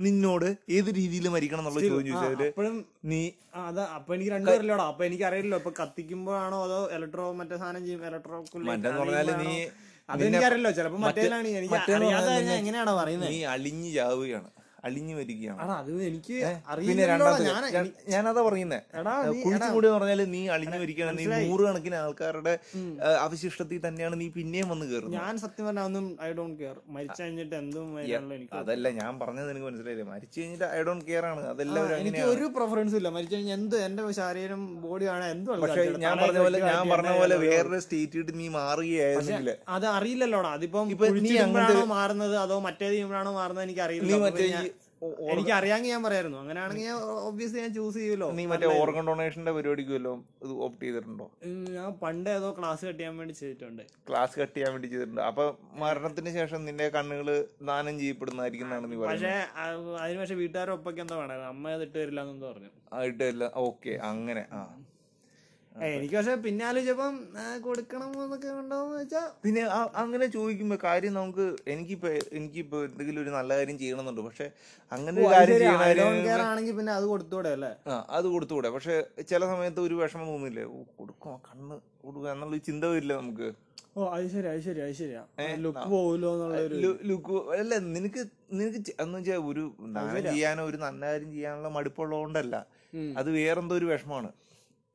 Speaker 2: നിന്നോട് ഏത് രീതിയിൽ മരിക്കണം എന്നുള്ള ചോദ്യം ചോദിച്ചാല്
Speaker 3: അപ്പോഴും
Speaker 2: നീ
Speaker 3: ആ, അതാ അപ്പൊ എനിക്ക് രണ്ടുപേരില്ലോടാ അപ്പൊ എനിക്ക് അറിയില്ലോ ഇപ്പൊ കത്തിക്കുമ്പോഴാണോ അതോ ഇലക്ട്രോ മറ്റേ സാധനം ചെയ്യും ഇലക്ട്രോ
Speaker 2: മറ്റേന്ന് പറഞ്ഞാല് നീ നിന്നെ-
Speaker 3: അതെനിക്കറിയല്ലോ ചിലപ്പോ മറ്റേതാണ് എനിക്ക്
Speaker 2: മറ്റേന്ന്
Speaker 3: അറിയാതെ
Speaker 2: പറഞ്ഞാൽ
Speaker 3: ഞാൻ എങ്ങനെയാണോ പറയുന്നത്
Speaker 2: നീ അളിഞ്ഞു ചാവുകയാണ് അളിഞ്ഞു വരികയാണ്
Speaker 3: അത് എനിക്ക്
Speaker 2: പിന്നെ
Speaker 3: അറിയില്ലല്ലോ
Speaker 2: രണ്ടാമത്തെ
Speaker 3: ഞാൻ
Speaker 2: ഞാൻ- ഞാനതാ പറയുന്നേ
Speaker 3: എടാ നീ എടാ,
Speaker 2: കുഴിച്ചുകൂടി എന്ന് പറഞ്ഞാല് നീ അളിഞ്ഞു വരികയാണ് നീ
Speaker 3: മനസ്സിലായി.
Speaker 2: നൂറുകണക്കിന് ആൾക്കാരുടെ ഏ, അവശിഷ്ടത്തിൽ തന്നെയാണ് നീ പിന്നെയും വന്ന് കയറുന്നത്
Speaker 3: ഞാൻ സത്യം പറഞ്ഞാൽ ഒന്നും ഐ ഡോണ്ട് കെയർ മരിച്ചു കഴിഞ്ഞിട്ട് എന്തും വരാനുള്ള എനിക്ക്
Speaker 2: അതല്ല ഞാൻ പറഞ്ഞത് നിനക്ക് മനസ്സിലായില്ലേ മരിച്ചു കഴിഞ്ഞിട്ട് ഐ ഡോണ്ട് കെയർ ആണ് അതെല്ലാവരും
Speaker 3: ആ, എനിക്ക്
Speaker 2: അങ്ങനെയാണ്
Speaker 3: ഒരു പ്രിഫറൻസും ഇല്ല മരിച്ചു കഴിഞ്ഞാൽ എന്ത് എന്റെ ശരീരം ബോഡി ആണ് എന്തും അല്ല.
Speaker 2: പക്ഷെ
Speaker 3: തലയിൽ
Speaker 2: ഞാൻ പറഞ്ഞ പോലെ
Speaker 3: വെച്ച്
Speaker 2: ഞാൻ
Speaker 3: കാട്ടി
Speaker 2: പറഞ്ഞ
Speaker 3: എന്നെ
Speaker 2: പോലെ
Speaker 3: ഒരു-
Speaker 2: വേറൊരു സ്റ്റേറ്റിട്ട് നീ മാറുകയായിരുന്നില്ല
Speaker 3: അത് അറിയില്ലല്ലോടാ അതിപ്പം
Speaker 2: ഇപ്പൊ നീ
Speaker 3: കുഴിച്ചിടുമ്പോഴാണോ മാറുന്നത് അതോ മറ്റേ ചെയ്യുമ്പോഴാണോ മാറുന്നത് എനിക്ക്
Speaker 2: നീ
Speaker 3: അറിയില്ല
Speaker 2: മറ്റേ ഈ ഓ- ഓ-
Speaker 3: എനിക്ക് അറിയാമെങ്കിൽ ഞാൻ പറയായിരുന്നു അങ്ങനെയാണെങ്കിൽ ഞാൻ ഒബ്വിയസ്ലി ഞാൻ ചൂസ് ചെയ്യൂലോ
Speaker 2: നീ മറ്റേ ഓർഗൺ ഡൊണേഷന്റെ പരിപാടിക്ക് വല്ലതും ഇത് ഓപ്റ്റ് ചെയ്തിട്ടുണ്ടോ
Speaker 3: ഉം, ഞാൻ പണ്ട് ഏതോ ക്ലാസ് കട്ട് ചെയ്യാൻ വേണ്ടി ചെയ്തിട്ടുണ്ട്
Speaker 2: ക്ലാസ് കട്ട് ചെയ്യാൻ വേണ്ടി ചെയ്തിട്ടുണ്ട് അപ്പൊ മരണത്തിന് ശേഷം നിന്റെ കണ്ണുകള് ദാനം ചെയ്യപ്പെടുന്നതായിരിക്കും എന്നാണ് നീ പറയുന്നത്
Speaker 3: പക്ഷേ അത് അതിന് പക്ഷെ വീട്ടുകാരൊപ്പൊക്കെ എന്താ വേണമായിരുന്നു അമ്മ അത് ഇട്ട് തരില്ല എന്നു പറഞ്ഞു
Speaker 2: ആയിട്ടല്ല ഓക്കെ അങ്ങനെ ആ
Speaker 3: ഏ, എനിക്ക് പക്ഷെ പിന്നെ ആലോചിച്ചപ്പം ആ, കൊടുക്കണം എന്നൊക്കെ ഉണ്ടോന്ന് വെച്ചാ
Speaker 2: പിന്നെ ആ- അങ്ങനെ ചോദിക്കുമ്പോ കാര്യം നമുക്ക് എനിക്കിപ്പോ എനിക്കിപ്പോ എന്തെങ്കിലും ഒരു നല്ല കാര്യം ചെയ്യണമെന്നുണ്ട് പക്ഷെ അങ്ങനെ ഒരു കാര്യം ചെയ്യണമായിരുന്നു
Speaker 3: ആണെങ്കിൽ പിന്നെ അത് കൊടുത്തൂടെ അല്ലേ
Speaker 2: ആ അത് കൊടുത്തുകൂടെ പക്ഷെ ചില സമയത്ത് ഒരു വിഷമം തോന്നില്ലേ ഓ കൊടുക്കോ കണ്ണ് കൊടുക്കുക എന്നുള്ള ചിന്ത വരില്ല നമുക്ക്
Speaker 3: ഓ അത് ശരി അത് ശരി അത് ശരിയാ ലുക്ക് പോവില്ലോ എന്നുള്ളൊരു
Speaker 2: ലു- ലുക്ക് അല്ല നിനക്ക് നിനക്ക് ചെ- എന്ന് വെച്ചാൽ ഒരു ദാനം ചെയ്യാനോ ഒരു നല്ല കാര്യം ചെയ്യാനുള്ള മടുപ്പുള്ളതുകൊണ്ടല്ല
Speaker 3: ഉം.
Speaker 2: അത് വേറെന്തോ ഒരു വിഷമാണ്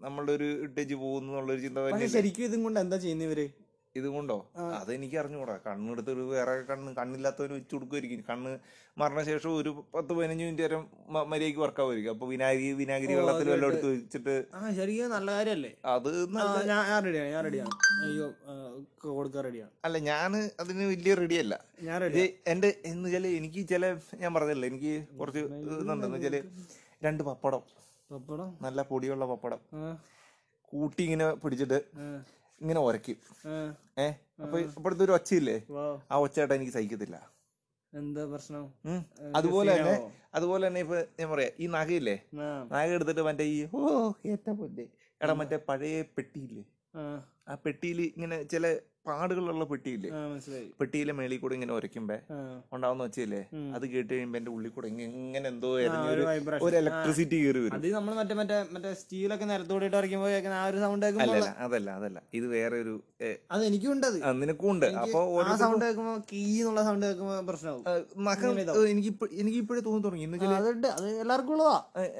Speaker 2: നമ്മളുടെ ഒരു ഇട്ടേച്ച് പോകുന്നുള്ളൊരു ചിന്ത
Speaker 3: പക്ഷെ
Speaker 2: തന്നെ
Speaker 3: ശരിക്കും ഇതും കൊണ്ട് എന്താ ചെയ്യുന്ന ഇവര്
Speaker 2: ഇതുകൊണ്ടോ അതെനിക്ക് അറിഞ്ഞുകൂടാ കണ്ണെടുത്ത് ഒരു വേറെ കണ്ണ് കണ്ണില്ലാത്തവന് വെച്ച് കൊടുക്കുമായിരിക്കും കണ്ണ് മരണശേഷം ഒരു പത്ത് പതിനഞ്ച് മിനിറ്റ് വരെ മ- മര്യാദയ്ക്ക് വർക്കാവുമായിരിക്കും അപ്പൊ വിനാഗിരി വിനാഗിരി വെള്ളത്തിൽ വല്ലതും എടുത്ത് വെച്ചിട്ട്
Speaker 3: ആ ശരിക്കും നല്ല കാര്യല്ലേ
Speaker 2: അത്
Speaker 3: ആ,
Speaker 2: നല്ല
Speaker 3: ഞാൻ ഞാൻ റെഡിയാണ് ഞാൻ റെഡിയാണ് അയ്യോ ആ, ക- കൊടുക്കാൻ റെഡിയാണ്
Speaker 2: അല്ല ഞാൻ അതിന് വലിയ റെഡിയല്ല
Speaker 3: ഞാൻ റെഡി
Speaker 2: എന്റെ എന്ന് വെച്ചാല് എനിക്ക് ചില ഞാൻ പറഞ്ഞല്ലോ എനിക്ക് കുറച്ച് ഇതുണ്ടെന്ന് വെച്ചാല് രണ്ട് പപ്പടം
Speaker 3: പപ്പടം
Speaker 2: നല്ല പൊടിയുള്ള പപ്പടം
Speaker 3: ആ,
Speaker 2: കൂട്ടി ഇങ്ങനെ പിടിച്ചിട്ട്
Speaker 3: ആ,
Speaker 2: ഇങ്ങനെ ഉരയ്ക്കും
Speaker 3: ആ.
Speaker 2: ഏ അപ്പൊ അപ്പോഴത്തെ ഒരു ഒച്ചയില്ലേ
Speaker 3: വാ
Speaker 2: ആ ഒച്ചയായിട്ട് എനിക്ക് സഹിക്കത്തില്ല
Speaker 3: എന്താ പ്രശ്നം
Speaker 2: ഉം.
Speaker 3: ഏ,
Speaker 2: അതുപോലെ തന്നെ
Speaker 3: സീനാവോ?
Speaker 2: അതുപോലെ തന്നെ ഇപ്പൊ ഞാൻ പറയാ ഈ നഖയില്ലേ
Speaker 3: ആ,
Speaker 2: നഖ എടുത്തിട്ട് മറ്റേ ഈ ഓ ഏറ്റ പൊന്നെ എടാ മറ്റേ പഴയ പെട്ടിയില്ലേ
Speaker 3: ആ,
Speaker 2: ആ പെട്ടിയിൽ ഇങ്ങനെ ചില പാടുകളുള്ള പെട്ടിയില്ലേ
Speaker 3: ആ, മനസ്സിലായി
Speaker 2: പെട്ടിയിലെ മേളിൽ കൂടെ ഇങ്ങനെ ഉരയ്ക്കുമ്പേ
Speaker 3: ആ,
Speaker 2: ഉണ്ടാവുന്ന വെച്ചില്ലേ
Speaker 3: ഉം.
Speaker 2: അത് കേട്ട് കഴിയുമ്പോ എന്റെ ഉള്ളിൽ കൂടെ ഇങ്ങ- ഇങ്ങനെ എന്തോ
Speaker 3: ആ,
Speaker 2: എരിഞ്ഞ
Speaker 3: ഒരു
Speaker 2: ഒരു-
Speaker 3: vibration.
Speaker 2: ഒരു ഇലക്ട്രിസിറ്റി കയറി
Speaker 3: ആ,
Speaker 2: വരും
Speaker 3: അത് നമ്മൾ മറ്റേ മറ്റേ മറ്റേ സ്റ്റീലൊക്കെ നിരത്തോടിയിട്ട് ഇറക്കുമ്പോ കേൾക്കുന്ന ആ ഒരു സൗണ്ട് കേൾക്കുമ്പോൾ
Speaker 2: അല്ലല്ല അതല്ല അതല്ല ഇത് വേറെ ഒരു ഏ,
Speaker 3: അത് എനിക്കും ഉണ്ട് അത്
Speaker 2: ആ, നിനക്കുണ്ട് അപ്പൊ
Speaker 3: ആ സൗണ്ട് കേൾക്കുമ്പോ കീ എന്നുള്ള സൗണ്ട് കേൾക്കുമ്പോ പ്രശ്നമാവും
Speaker 2: മകം എനിക്ക് എനിക്ക് ഇപ്പോഴേ തോന്നി തുടങ്ങി എന്ന് വെച്ചാൽ
Speaker 3: അതുണ്ട് അത് എല്ലാവർക്കും ഉള്ളതാ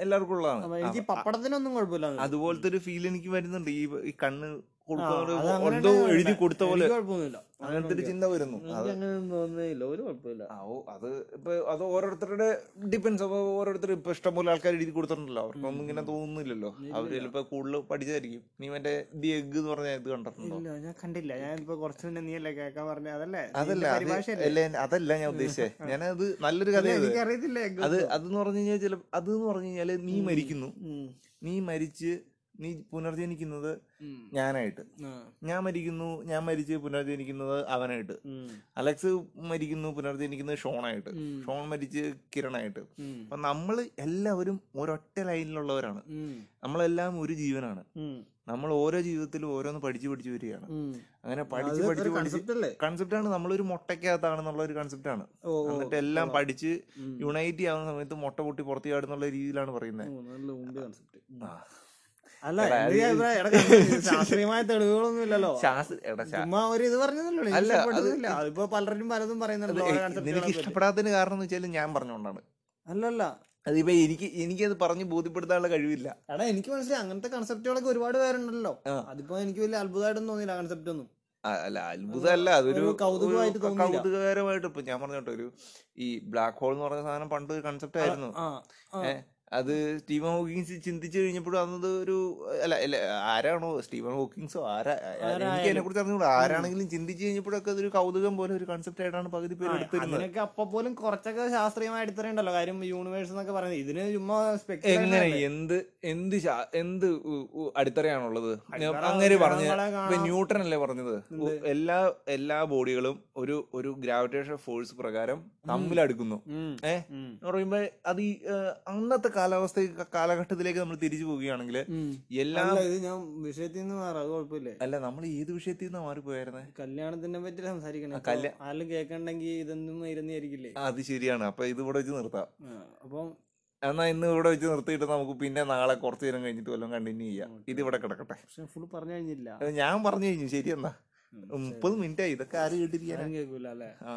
Speaker 2: എല്ലാവർക്കും ഉള്ളതാണ്
Speaker 3: അപ്പൊ എനിക്ക് പപ്പടത്തിനൊന്നും കുഴപ്പമില്ല
Speaker 2: അതുപോലത്തെ ഒരു ഫീൽ എനിക്ക് വരുന്നുണ്ട് ഈ ഈ കണ്ണ്
Speaker 3: ആ,
Speaker 2: കൊടുക്കുന്ന
Speaker 3: അത്
Speaker 2: ഒരു
Speaker 3: അങ്ങനെ
Speaker 2: എന്തോ
Speaker 3: തന്നെ
Speaker 2: എഴുതി
Speaker 3: വേണ്ടേ.
Speaker 2: കൊടുത്ത പോലെ
Speaker 3: എനിക്ക് കുഴപ്പമൊന്നുമില്ല
Speaker 2: അങ്ങനത്തെ ഒരു ചിന്ത വരുന്നു അത്
Speaker 3: എനിക്ക് അങ്ങനെ തോന്നുന്നില്ല ഒരു കുഴപ്പമില്ല
Speaker 2: ആ, ഓ അത് ഇപ്പൊ അത് ഓരോരുത്തരുടെ ഡിപ്പെൻസ് അപ്പൊ ഓരോരുത്തർ ഇപ്പൊ ഇഷ്ടംപോലെ ആൾക്കാർ എഴുതി കൊടുത്തിട്ടുണ്ടല്ലോ അവർക്കൊന്നും ഇങ്ങനെ തോന്നുന്നില്ലല്ലോ അവര് ചിലപ്പോ കൂടുതൽ പഠിച്ചായിരിക്കും നീ മറ്റേ ദി എഗ് എന്ന് പറഞ്ഞ ഇത് കണ്ടിട്ടുണ്ടോ
Speaker 3: ഇല്ല ഞാൻ കണ്ടില്ല ഞാൻ ഇപ്പൊ കുറച്ച് മുന്നേ നീ അല്ലേ കേൾക്കാൻ പറഞ്ഞ അതല്ലേ
Speaker 2: അതല്ല അത് അല്ല, അതല്ല ഞാൻ ഉദ്ദേശിച്ചത് ഞാനത് നല്ലൊരു കഥയത്
Speaker 3: എനിക്കറിയത്തില്ല
Speaker 2: അത് അതെന്ന് പറഞ്ഞു കഴിഞ്ഞാൽ ചില അത് എന്ന് പറഞ്ഞു കഴിഞ്ഞാല് നീ മരിക്കുന്നു നീ മരിച്ച് നീ പുനർജനിക്കുന്നത് ഞാനായിട്ട് ഞാൻ മരിക്കുന്നു ഞാൻ മരിച്ച് പുനർജനിക്കുന്നത് അവനായിട്ട് അലക്സ് മരിക്കുന്നു പുനർജനിക്കുന്നത് ഷോണായിട്ട് ഷോൺ മരിച്ച് കിരണായിട്ട് അപ്പൊ നമ്മൾ എല്ലാവരും ഒരൊറ്റ ലൈനിലുള്ളവരാണ് നമ്മളെല്ലാം ഒരു ജീവനാണ് നമ്മൾ ഓരോ ജീവിതത്തിലും ഓരോന്ന് പഠിച്ചു പഠിച്ചു വരികയാണ് അങ്ങനെ പഠിച്ച് പഠിച്ച് പഠിച്ച്
Speaker 3: കൺസെപ്റ്റല്ലേ
Speaker 2: കൺസെപ്റ്റാണ് നമ്മളൊരു മുട്ടയ്ക്കകത്താണെന്നുള്ള ഒരു കൺസെപ്റ്റാണ്
Speaker 3: ഓ ഓ,
Speaker 2: എന്നിട്ട് എല്ലാം പഠിച്ച് യുണൈറ്റ് ആവുന്ന സമയത്ത് മുട്ട പൊട്ടി പുറത്തു ചാടുന്നുള്ള രീതിയിലാണ് പറയുന്നത്
Speaker 3: ഓ, നല്ല ഊണ്ട് കൺസെപ്റ്റ്
Speaker 2: ആ.
Speaker 3: അല്ല എന്റെ അഭിപ്രായം എടാ, concept ശാസ്ത്രീയമായ തെളിവുകളൊന്നും ഇല്ലല്ലോ
Speaker 2: ശാസ്ത്ര എടാ, ശാ-
Speaker 3: ചുമ്മാ ഒരു ഇത് പറഞ്ഞതല്ലോ
Speaker 2: അല്ല, അത്
Speaker 3: അതിപ്പോ പലരും പലതും പറയുന്നുണ്ടല്ലോ
Speaker 2: ഏയ്,
Speaker 3: ഓരോ concept
Speaker 2: നിനക്ക്
Speaker 3: കളെ പറ്റി.
Speaker 2: ഇഷ്ടപ്പെടാത്തതിന് കാരണം എന്ന് വെച്ചാൽ ഞാൻ പറഞ്ഞുകൊണ്ടാണ്
Speaker 3: അല്ലല്ല
Speaker 2: അതിപ്പോ എനിക്ക് എനിക്കത് പറഞ്ഞ് ബോധ്യപ്പെടുത്താനുള്ള കഴിവില്ല
Speaker 3: എടാ എനിക്ക് മനസ്സിലായി അങ്ങനത്തെ കൺസെപ്റ്റുകളൊക്കെ ഒരുപാട് പേരുണ്ടല്ലോ
Speaker 2: ആ.
Speaker 3: അതിപ്പോ എനിക്ക് വലിയ അത്ഭുതമായിട്ടൊന്നും തോന്നിയില്ല കൺസെപ്റ്റ് ഒന്നും
Speaker 2: ആ, അല്ല അത്ഭുതമല്ല അതൊരു
Speaker 3: ഒരു കൗതുകമായിട്ട്
Speaker 2: ഒരു
Speaker 3: തോന്നിയില്ല.
Speaker 2: കൗതുകകരമായിട്ട് ഇപ്പൊ ഞാൻ പറഞ്ഞോട്ടെ ഒരു ഈ ബ്ലാക്ക് ഹോൾ എന്ന് പറഞ്ഞ സാധനം പണ്ട് കൺസെപ്റ്റ് ആയിരുന്നു
Speaker 3: ആ ആ.
Speaker 2: ഏ, അത് സ്റ്റീവൻ ഹോക്കിങ്സ് ചിന്തിച്ചു കഴിഞ്ഞപ്പോഴും അന്നത് ഒരു അല്ല അല്ല ആരാണോ സ്റ്റീവൻ ഹോക്കിങ്സോ ആരാ എനിക്ക് അതിനെ കുറിച്ച് അറിഞ്ഞുകൂടാ ആരാണെങ്കിലും ചിന്തിച്ചു കഴിഞ്ഞപ്പോഴൊക്കെ അതൊരു കൗതുകം പോലെ ഒരു കൺസെപ്റ്റ് ആയിട്ടാണ് പകുതി പേര് എടുത്തിരുന്നത്
Speaker 3: അതിനൊക്കെ അപ്പൊ പോലും കുറച്ചൊക്കെ ശാസ്ത്രീയമായ അടിത്തറയുണ്ടല്ലോ കാര്യം യൂണിവേഴ്സ് എന്നൊക്കെ പറയുന്നത് ഇതിന് ചുമ്മാ
Speaker 2: എങ്ങനെ
Speaker 3: speculation
Speaker 2: എന്ത് എന്ത് ശാ- എന്ത് ഉ- ഉ- അടിത്തറയാണുള്ളത്
Speaker 3: അടിത്തറ
Speaker 2: അങ്ങനെ പറഞ്ഞ
Speaker 3: ഗ്രഹങ്ങളെ
Speaker 2: ഇപ്പൊ
Speaker 3: കാണാം.
Speaker 2: ന്യൂട്ടൺ അല്ലേ പറഞ്ഞത് ഉ- എല്ലാ എല്ലാ ബോഡികളും ഒരു ഒരു ഗ്രാവിറ്റേഷൻ ഫോഴ്സ് പ്രകാരം തമ്മിൽ അടുക്കുന്നു
Speaker 3: ഉം.
Speaker 2: ഏ
Speaker 3: ഉം.
Speaker 2: എന്ന് പറയുമ്പോ അത് ഈ, ഏ, അന്നത്തെ കാലാവസ്ഥ കാലഘട്ടത്തിലേക്ക് നമ്മൾ തിരിച്ചു പോവുകയാണെങ്കിൽ
Speaker 3: ഉം.
Speaker 2: എല്ലാ
Speaker 3: അല്ല, ഇത് ഞാൻ വിഷയത്തിൽ നിന്ന് മാറാം അത് കുഴപ്പമില്ലേ
Speaker 2: അല്ല നമ്മൾ ഏത് വിഷയത്തിൽ നിന്നാ മാറിപ്പോയായിരുന്നേ
Speaker 3: കല്യാണത്തിനെ പറ്റി സംസാരിക്കണം
Speaker 2: ആ, കല്യാ-
Speaker 3: ഇപ്പൊ ആരെങ്കിലും കേൾക്കണ്ടെങ്കിൽ ഇതൊന്നും ഇരുന്നായിരിക്കില്ലേ
Speaker 2: ആ, അത് ശരിയാണ് അപ്പൊ ഇത് ഇവിടെ വെച്ച് നിർത്താം
Speaker 3: അപ്പം
Speaker 2: എന്നാ ഇന്ന് ഇവിടെ വെച്ച് നിർത്തിയിട്ട് നമുക്ക് പിന്നെ നാളെ കുറച്ച് നേരം കഴിഞ്ഞിട്ട് വല്ലതും കണ്ടിന്യൂ ചെയ്യാം ഇത് ഇവിടെ കിടക്കട്ടെ
Speaker 3: പക്ഷെ ഫുൾ പറഞ്ഞു കഴിഞ്ഞില്ല
Speaker 2: അത് ഞാൻ പറഞ്ഞു കഴിഞ്ഞു ശരി എന്നാ
Speaker 3: ഉം,
Speaker 2: മുപ്പത് മിനിറ്റ് ആയി ഇതൊക്കെ ആര് കേട്ടിരിക്കാനാ
Speaker 3: ആരും കേൾക്കൂല അല്ലെ
Speaker 2: ആ